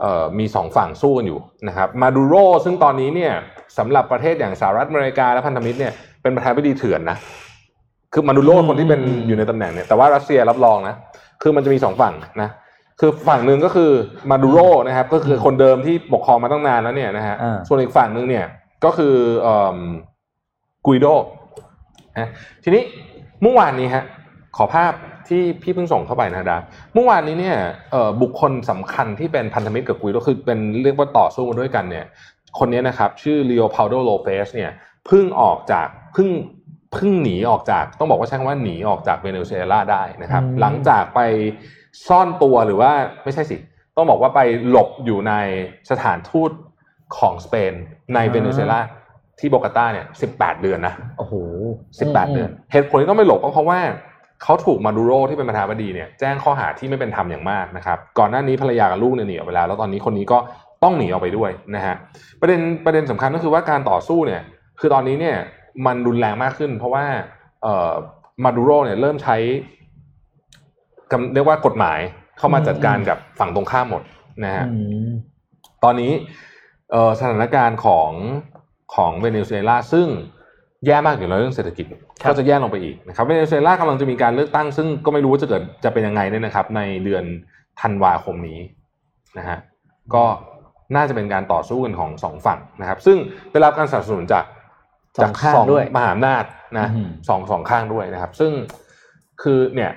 เอ่อมีสองฝั่งสู้กันอยู่นะครับมาดูโรซึ่งตอนนี้เนี่ยสำหรับประเทศอย่างสหรัฐอเมริกาและพันธมิตรเนี่ยเป็นประธานาธิบดีเถื่อนนะคือมาดูโรคนที่เป็นอยู่ในตำแหน่งเนี่ยแต่ว่ารัสเซียรับรองนะคือมันจะมีสองฝั่งนะคือฝั่งหนึ่งก็คือมาดูโรนะครับก็คือคนเดิมที่ปกครองมาตั้งนานแล้วเนี่ยนะฮะ อ่า ส่วนอีกฝั่งหนึ่งเนี่ยก็คือเอิ่มกุยโดนะทีนี้เมื่อวานนี้ฮะขอภาพที่พี่เพิ่งส่งเข้าไปนะดาเมื่อวานนี้เนี่ยเอ่อบุคคลสำคัญที่เป็นพันธมิตรกับกุยโดคือเป็นเรียกว่าต่อสู้มาด้วยกันเนี่ย คนนี้นะครับ ชื่อเลโอพาโดโลเปสเนี่ยเพิ่งออกจากเพิ่งเพิ่งหนีออกจาก ต้องบอกว่าใช้คำว่าหนีออกจากเวเนซุเอลาได้นะครับ อืม หลังจากไปซ่อนตัวหรือว่าไม่ใช่สิ ต้องบอกว่าไปหลบอยู่ในสถานทูตของสเปนในเวเนซุเอลาที่โบกาตาเนี่ย18 เดือนนะ โอ้โห 18 เดือน เหตุผลที่ต้องไปหลบก็เพราะว่าเขาถูกมาดูโรที่เป็นประธานาธิบดีเนี่ยแจ้งข้อหาที่ไม่เป็นธรรมอย่างมากนะครับ ก่อนหน้านี้ภรรยากับลูกเนี่ยหนีออกไปแล้ว แล้วตอนนี้คนนี้ก็ต้องหนีออกไปด้วยนะฮะ ประเด็นประเด็นสำคัญก็คือว่าการต่อสู้เนี่ย คือตอนนี้เนี่ยมันรุนแรงมากขึ้น เพราะว่าเอ่อมาดูโรเนี่ยเริ่มใช้กำเรียกว่ากฎหมายเข้ามาจัดการกับฝั่งตรงข้ามหมดนะฮะ อืม ตอนนี้เอ่อสถานการณ์ของ ของเวเนซุเอลาซึ่งแย่มากอยู่แล้วเรื่องเศรษฐกิจ ครับ ก็จะแย่ลงไปอีกนะครับเวเนซุเอลากำลังจะมีการเลือกตั้ง ซึ่งก็ไม่รู้ว่าจะเกิดจะเป็นยังไงเนี่ยนะครับ ในเดือนธันวาคมนี้นะฮะก็น่าจะเป็นการต่อสู้กันของสองฝั่งนะครับ ซึ่งได้รับการสนับสนุนจาก สองข้าง จาก ด้วย มหาอำนาจนะ อือหือ สองสองข้างด้วยนะครับ ซึ่งคือเนี่ย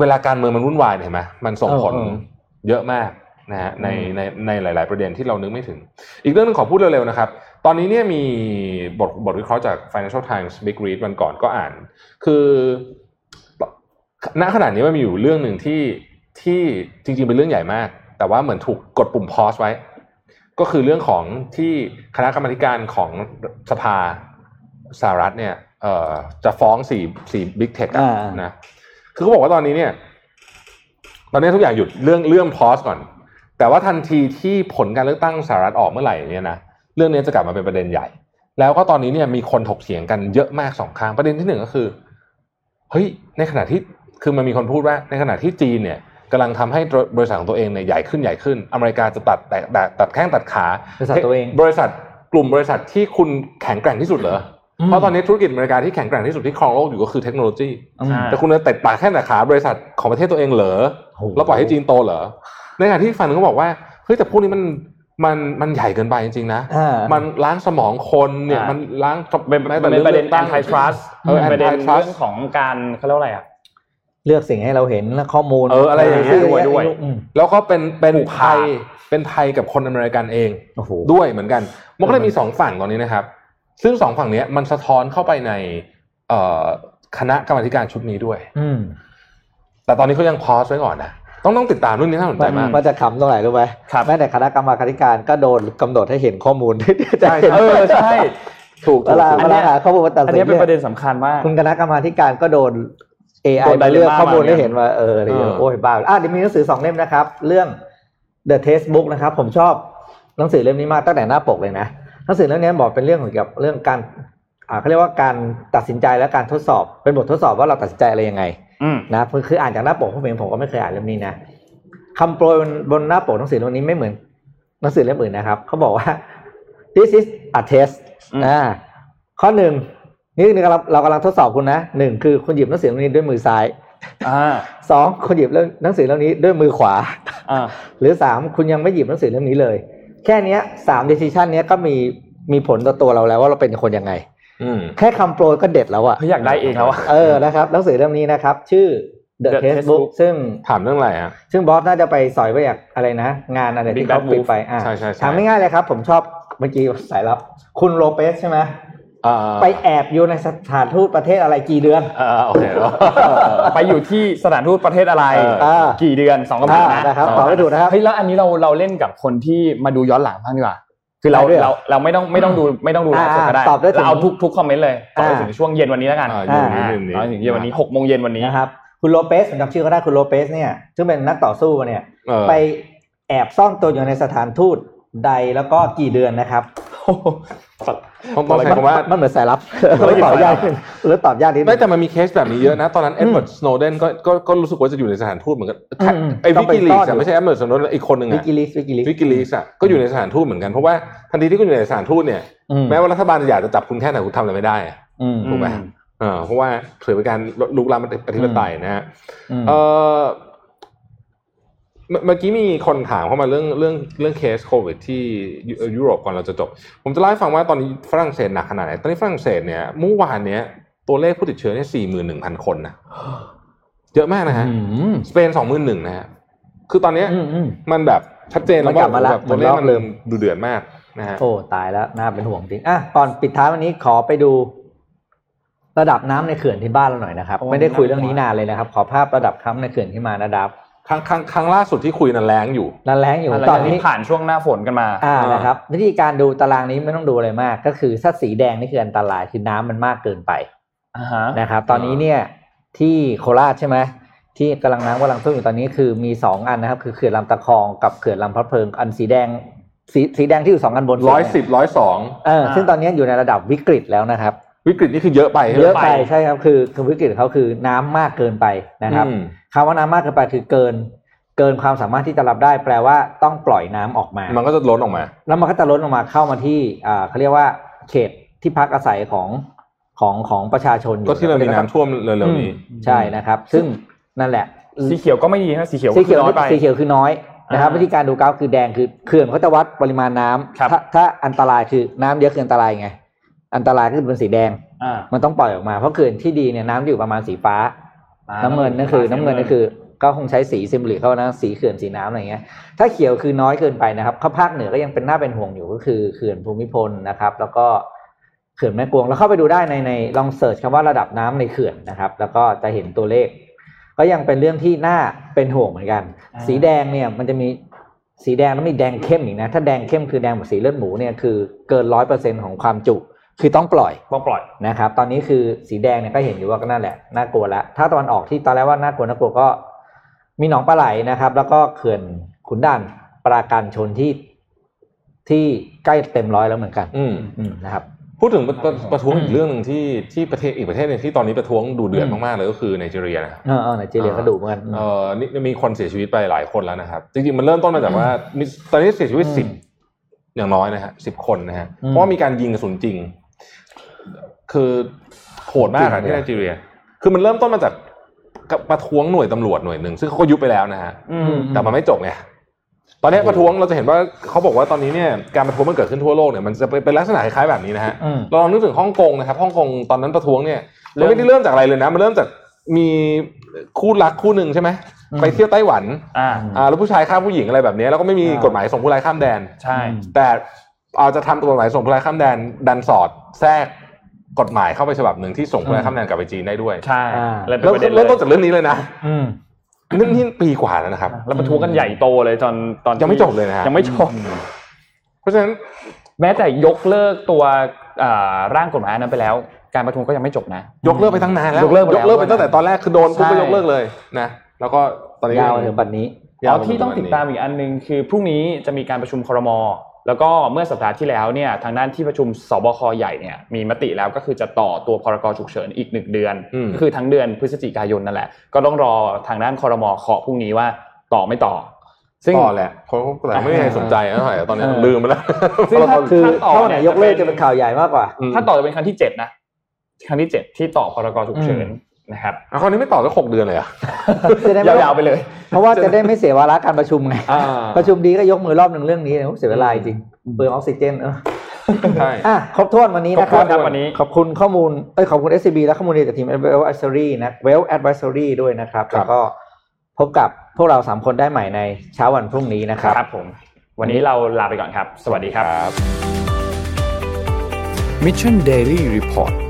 เวลาการเมืองมันวุ่นวายเนี่ยเห็นไหมมันส่งผล เออเออ เยอะมากนะฮะในในในหลาย ๆ ประเด็นที่เรานึกไม่ถึง อีกเรื่องหนึงขอพูดเร็ว ๆ นะครับ ตอนนี้เนี่ยมีบทบทวิเคราะห์จาก Financial Times Big Read วันก่อนก็อ่าน คือณขณะนี้มันมีอยู่เรื่องหนึ่งที่ที่จริง ๆ เป็นเรื่องใหญ่มาก แต่ว่าเหมือนถูกกดปุ่มพอสไว้ ก็คือเรื่องของที่คณะกรรมาธิการของสภาสหรัฐเนี่ยเอ่อจะฟ้องสี่สี่บิ๊กเทค อ่า นะ คือเขาบอกว่าตอนนี้เนี่ย ตอนนี้ทุกอย่างหยุดเรื่องเรื่องพอสก่อน แต่ว่าทันทีที่ผลการเลือกตั้งสหรัฐออกเมื่อไหร่เนี่ยนะเรื่องนี้จะกลับมาเป็นประเด็นใหญ่ แล้วก็ตอนนี้เนี่ยมีคนถกเถียงกันเยอะมากสองข้างประเด็นที่หนึ่งก็คือเฮ้ยในขณะที่คือมันมีคนพูดว่า ในขณะที่จีนเนี่ยกำลังทำให้บริษัทของตัวเองเนี่ยใหญ่ขึ้นใหญ่ขึ้น อเมริกาจะตัดแต่แต่ตัดแข้งตัดขา บริษัทตัวเอง บริษัทกลุ่มบริษัทที่คุณแข็งแกร่งที่สุดเหรออเพราะตอนนี้ธุรกิจอเมริกาที่แข็งแกร่งที่สุดที่ครองโลกอยู่ก็คือเทคโนโลยี อืม แต่คุณจะเตะปากแค่แต่ขาบริษัทของประเทศตัวเองเหรอ โอ้โห แล้วปล่อยให้จีนโตเหรอในขณะที่ฝั่งนึงก็บอกว่าเฮ้ยแต่พวกนี้มันมันมันใหญ่เกินไปจริงๆนะ อ่า มันล้างสมองคนเนี่ย อ่ามั มันล้าง เป็น แม้ เป็นประเด็น ลืก แอ ตั้ง นไททรัส เออ ประเด็น antitrust เรื่องของการเขาเรียกว่าอะไรอ่ะ เลือกสิ่งให้เราเห็นและข้อมูล เอออะไรอย่างเงี้ย ะไร ด้วย อืม แล้วก็เป็นเป็น ผูกขา ภั ด ยเป็นภัยกับคนอเมริกันเอง โอ้โห ด้วยเหมือนกัน มันก็เลย เออ มีสองฝั่งตอนนี้นะครับ ซึ่งสองฝั่งเนี้ยมันสะท้อนเข้าไปในเอ่อคณะกรรมาธิการชุดนี้ด้วย อืม แต่ตอนนี้เขายังพอสไว้ก่อนนะ ต้องต้องติดตามเรื่องนี้น่าสนใจมาก ว่าจะขำตรงไหนรู้ไหม ครับ แม้แต่คณะกรรมาการก็โดนกำหนดให้เห็นข้อมูลที่จะเห็น เออใช่ ถูก เว ถูก ลา ถูก เวลาหาข้อมูลมาตัด อัน สิน นี้เป็นประ ย เด็นสำคัญมาก คุณคณะกรรมาธิการก็โดน AI โดน มาเลือก dilemma ข้อมูล มาเนี่ย ได้เห็นว่าเอออะไรอย่างเงี้ย เออ โอ้ยบ้าอ่ะเดี๋ยวมีหนังสือสองเล่มนะครับ เรื่อง The Textbook นะครับ ผมชอบหนังสือเล่มนี้มากตั้งแต่หน้าปกเลยนะหนังสือเล่มนี้บอกเป็นเรื่องเกี่ยวกับเรื่องการอ่าเขาเรียกว่าการตัดสินใจและการทดสอบ เป็นบททดสอบว่าเราตัดสินใจอะไรยังไง อืม นะคือคืออ่านจากหน้าปกผมเองผมก็ไม่เคยอ่านเล่มนี้นะคำโปรยบนบนหน้าปกหนังสือเล่มนี้ไม่เหมือนหนังสือเล่มอื่นนะครับเขาบอกว่า this is a test อืม อ่าข้อหนึ่งนี่นี่กำลังเรากำลังทดสอบคุณนะหนึ่งคือคุณหยิบหนังสือเล่มนี้ด้วยมือซ้าย อ่า สองคุณหยิบเล่มหนังสือเล่มนี้ด้วยมือขวา อ่า หรือสามคุณยังไม่หยิบหนังสือเล่มนี้เลย แค่เนี้ยสาม decision เนี้ยก็มีมีผลต่อตัวเราแล้วว่าเราเป็นคนยังไง อืม แค่คำโปรยก็เด็ดแล้วอะ เขาอยากได้เองแล้วอะ เออ นะครับ หนังสือเล่มนี้นะครับ ชื่อ The, The Textbook Textbook ซึ่ง ถามเรื่องอะไรฮะ ซึ่งบอสน่าจะไปสอยไปอยากอะไรนะ งานอะไร Big ที่เขา Bad ปิด Wolf ไปอ่ะ ใช่ใช่ใช่ ถามง่ายๆเลยครับ ผมชอบเมื่อกี้สายลับ คุณโลเปสใช่ไหม อ่า ไปแอบอยู่ในสถานทูตประเทศอะไรกี่เดือน อ่าโอเคแล้ว ไปอยู่ที่สถานทูตประเทศอะไร เออ อ่า กี่เดือนสองคำถาม อ่านะ นะครับ สง ตอบไม่ถูกนะครับ เฮ้ยแล้วอันนี้เราเราเล่นกับคนที่มาดูย้อนหลังบ้างดีกว่า คือเรา ได้ด้วยเหร เรา อ เราไม่ต้องไม่ต้องดูไม่ต้องดูไลฟ์สดก็ได้ อ่าตอบได้ถึง เราเอาทุกทุกคอมเมนต์เลยตอบได้ อ่า ถึงช่วงเย็นวันนี้แล้วกัน อ่า เย็นนี้ า เย็นนี้ ตอบได้ถึงเย็นวันนี้หกโมงเย็นวันนี้ นะครับ คุณโลเปสผมจำชื่อเขาได้คุณโลเปสเนี่ย ซึ่งเป็นนักต่อสู้เนี่ย เออ ไปแอบซ่อนตัวอยู่ในสถานทูตใดแล้วก็กี่เดือนนะครับ ต้องต้องใช้คำว่า นเหมือนสายลับ ธุรกิจ ตอบ สายลั ยาก บ หรือตอบยากนิดนึง ไม่แต่มันมีเคสแบบนี้เยอะนะ ตอนนั้นเอ็ดเวิร์ดสโนเดนก็ก็ก็รู้สึกว่าจะอยู่ในสถานทูตเหมือนกัน อืม ไอ้ ต้อ วิ งไป กิลีก ซ่อนอยู่ ไม่ใช่เอ็ดเวิร์ดสโนเดนอีกคนหนึ่ง วิ อะ กิลิสวิกิลิส วิกิลีกอะก็อยู่ในสถานทูตเหมือนกันเพราะว่าทันทีที่คุณอยู่ในสถานทูตเนี่ย อืม แม้ว่ารัฐบาลจะอยากจะจับคุณแค่ไหนคุณทำอะไรไม่ได้อะ อืม ถูกไหม เออเพราะว่าถือเป็นการลุกล้ำอธิปไตยนะฮะ อืม เออเมื่อเมื่อกี้มีคนถามเข้ามาเรื่องเรื่องเรื่องเคสโควิดที่ยุเอ่อยุโรปก่อนเราจะจบ ผมจะเล่าให้ฟังว่าตอนนี้ฝรั่งเศสหนักขนาดไหน ตอนนี้ฝรั่งเศสเนี่ยเมื่อวานเนี้ยตัวเลขผู้ติดเชื้อเนี่ยสี่หมื่นหนึ่งพันคนนะเยอะมากนะฮะ สเปนสองหมื่นหนึ่งนะฮะ คือตอนเนี้ยมันแบบชัดเจนแล้ว มันกลั ว่า บมาละ แบบตัวเลข มั มัน น รอบ เริ่มดูเดือดมากนะฮะ โอ้ตายแล้วน่าเป็นห่วงจริงอ่ะก่อนปิดท้ายวันนี้ขอไปดู ระดับน้ำในเขื่อนที่บ้านเราหน่อยนะครับ โอ้ ไม่ได้คุยเรื่องนี้นานเลยนะครับ ขอภาพระดับน้ำในเขื่อนที่มานะดับ ครั้งครั้งครั้งล่าสุดที่คุยนั่นแรงอยู่ นั่นแรงอยู่ อะไร ตอน ที่ นี้ ผ่านช่วงหน้าฝนกันมา อ่า อ่าน นะครับ วิธีการดูตารางนี้ไม่ต้องดูอะไรมาก ก็คือถ้าสีแดงนี่คืออันตรายคือน้ำมันมากเกินไป อ่าฮะ นะครับตอนนี้เนี่ยที่โคราชใช่ไหมที่กำลังน้ำกำลังท่วมอยู่ตอนนี้คือมีสองอันนะครับ คือเขื่อนลำตะคองกับเขื่อนลำพระเพลิงอันสีแดงสีสีแดงที่อยู่สองอันบน ร้อยสิบร้อยสอง เออ อ่า ซึ่งตอนนี้อยู่ในระดับวิกฤตแล้วนะครับ วิกฤตนี่คือเยอะไปใช่ไหม เยอะไปใช่ครับคือคือวิกฤตของเขาคือน้ำมากเกินไปนะครับ อืม คำว่าน้ำมากเกินไปคือเกิน เกินความสามารถที่จะรับได้ แปลว่าต้องปล่อยน้ำออกมา มันก็จะล้นออกมา แล้วมันก็จะล้นออกมาเข้ามาที่อ่าเขาเรียกว่า เขตที่พักอาศัยของของของประชาชนอยู่ ก็ที่เรามีน้ำท่วมเร็วๆนี้ ใช่นะครับ ซึ่งนั่นแหละ สีเขียวก็ไม่ดีนะสีเขียว สีเขียว คือน้อยไป สีเขียวคือน้อยนะครับ อ่า วิธีการดูกราฟคือแดงคือเขื่อนเขาจะวัดปริมาณน้ำ ครับ ถ้าถ้าอันตรายคือน้ำเยอะคืออันตรายไงอันตรายก็คือเป็นสีแดง อ่า มันต้องปล่อยออกมาเพราะเขื่อนที่ดีเนี่ยน้ำจะอยู่ประมาณสีฟ้า น้ำเงินนั่นคือน้ำเงินนั่นคือก็คงใช้สีซิมบลิกเข้านะสีเขื่อนสีน้ำอะไรเงี้ยถ้าเขียวคือน้อยเกินไปนะครับเข้าภาคเหนือก็ยังเป็นหน้าเป็นห่วงอยู่ก็คือเขื่อนภูมิพลนะครับ แล้วก็เขื่อนแม่กวงแล้วเข้าไปดูได้ในในลองเสิร์ชคำว่าระดับน้ำในเขื่อนนะครับ แล้วก็จะเห็นตัวเลข ก็ยังเป็นเรื่องที่น่าเป็นห่วงเหมือนกัน สีแดงเนี่ยมันจะมีสีแดงแล้วมีแดงเข้มอีกนะถ้าแดงเข้มคือแดงแบบสีเลือดหมูเนี่ยคือเกินร้อยเปอร์เซ็นของความจุคือต้องปล่อย ต้องปล่อย นะครับตอนนี้คือสีแดงเนี่ยก็เห็นอยู่ว่าก็นั่นแหละน่ากลัวละถ้าตอนออกที่ตอนแรกว่าน่ากลัวน่ากลัวก็มีหนองปลาไหลนะครับ แล้วก็เขื่อนขุนด่านปราการชนที่ที่ใกล้เต็มร้อยแล้วเหมือนกัน อืม อืมนะครับ พูดถึงประประประท้วง อืม อีกเรื่องหนึ่งที่ที่ประเทศอีกประเทศหนึ่งที่ตอนนี้ประท้วงดูเดือดมากๆเลยก็คือไนจีเรียนะครับ เออเออไนจีเรียก็ดูเหมือนกัน เออนี่มีคนเสียชีวิตไปหลายคนแล้วนะครับ จริงๆ มันเริ่มต้นมาจากว่ามีตอนนี้เสียชีวิต อืม สิบอย่างน้อยนะฮะสิบคนนะฮะ อืม เพราะว่ามีการยิงกระสุนจริง คือโหดมากอะ จริง ที่ เหร ไน อ จีเรีย คือมันเริ่มต้นมาจากกับประท้วงหน่วยตำรวจหน่วยหนึ่งซึ่งเขาก็ยุบไปแล้วนะฮะ อืม แต่มันไม่จบไง ตอนนี้ประท้วงเราจะเห็นว่าเขาบอกว่าตอนนี้เนี่ยการประท้วงมันเกิดขึ้นทั่วโลกเนี่ยมันจะเป็นเป็นลักษณะคล้ายๆแบบนี้นะฮะ อืม เราลองนึกถึงฮ่องกงนะครับฮ่องกงตอนนั้นประท้วงเนี่ยมันไม่ได้เริ่มจากอะไรเลยนะ มันเริ่มจากมีคู่รักคู่หนึ่งใช่ไหม อืม ไปเที่ยวไต้หวัน อ่า อ่าแล้วผู้ชายข้ามผู้หญิงอะไรแบบเนี้ยแล้วก็ไม่มีกฎหมายส่งผู้ร้ายข้ามแดน ใช่ แต่เอาจะทำกฎหมายส่งผู้ร้ายข้ามแดน ดันสอดแทรกกฎหมายเข้าไปฉบับหนึ่งที่ส่งผู้ร้ายข้ามแดนกลับไปจีนได้ด้วย ใช่ อ่า เลยเป็น แล้ว ประเด็นเล เริ่ ย มต้นจากเรื่องนี้เลยนะ อืม นี่นี่ปีกว่าแล้วนะครับ แล้วประท้วงกันใหญ่โตเลยตอนตอนที่ ยังไม่จบเลยนะฮะ ยังไม่จบ เพราะฉะนั้น แม้แต่ยกเลิกตัวอ่าร่างกฎหมายอันนั้นไปแล้ว การประท้วงก็ยังไม่จบนะ ยกเลิกไปตั้งนานแล้ว ยกเลิกไปแล้ว ไปตั้งแต่ตอนแรกคือโดนปุ๊บ ใช่ ก็ยกเลิกเลยนะแล้วก็ตอนนี้ ยาวถึงบัดนี้ ยา แล้ว วที่ต้องติดตามอีกอันหนึงคือพรุ่งนี้จะมีการประชุมครม แล้วก็เมื่อสัปดาห์ที่แล้วเนี่ยทางด้านที่ประชุมสบคใหญ่เนี่ยมีมติแล้วก็คือจะต่อตัวพรกฉุกเฉินอีกหนึ่งเดือน อืม ก็คือทั้งเดือนพฤศจิกายนนั่นแหละ ก็ต้องรอทางด้านคอรมอเคาะพรุ่งนี้ว่าต่อไม่ต่อ ซึ่ง ต่อแหละเขาแต่ไม่มีใครสนใจเท่าไหร่ตอนนี้ เออ ลืมไปแล้ว ซึ่งถ้า คือ ต่อ ถ้าวันไหน เนี่ย ยกเลิก จะ จะ เป็น เป็นข่าวใหญ่มากกว่า อืม ถ้าต่อจะเป็นครั้งที่เจ็ดนะ ครั้งที่เจ็ดที่ต่อพรกฉุกเฉินนะครับ อ่ะคราวนี้ไม่ต่อสักหกเดือนเลยเหรอ่ะ จะได้ไม่ต้อง ยาวๆไปเลย เพราะว่าจะได้ไม่เสียเวลาระการประชุมไงประชุมดีก็ยกมือรอบหนึ่งเรื่องนี้นะเสียเวลาจริงเปลืองออกซิเจนเออ ใช่ อ่ะครบถ้วนวันนี้นะค คร รับบ ถ้วนครับวันนี้ ขอบคุณข้อมูลเอ้ยขอบคุณ SCB และข้อมูลดีจากทีม Well Advisory นะ Well Advisory ด้วยนะครับ ครับ แล้วก็พบกับพวกเราสามคนได้ใหม่ในเช้าวันพรุ่งนี้นะครับ ครับผม วันนี้เราลาไปก่อนครับ สวัสดีครับ Mission Daily Report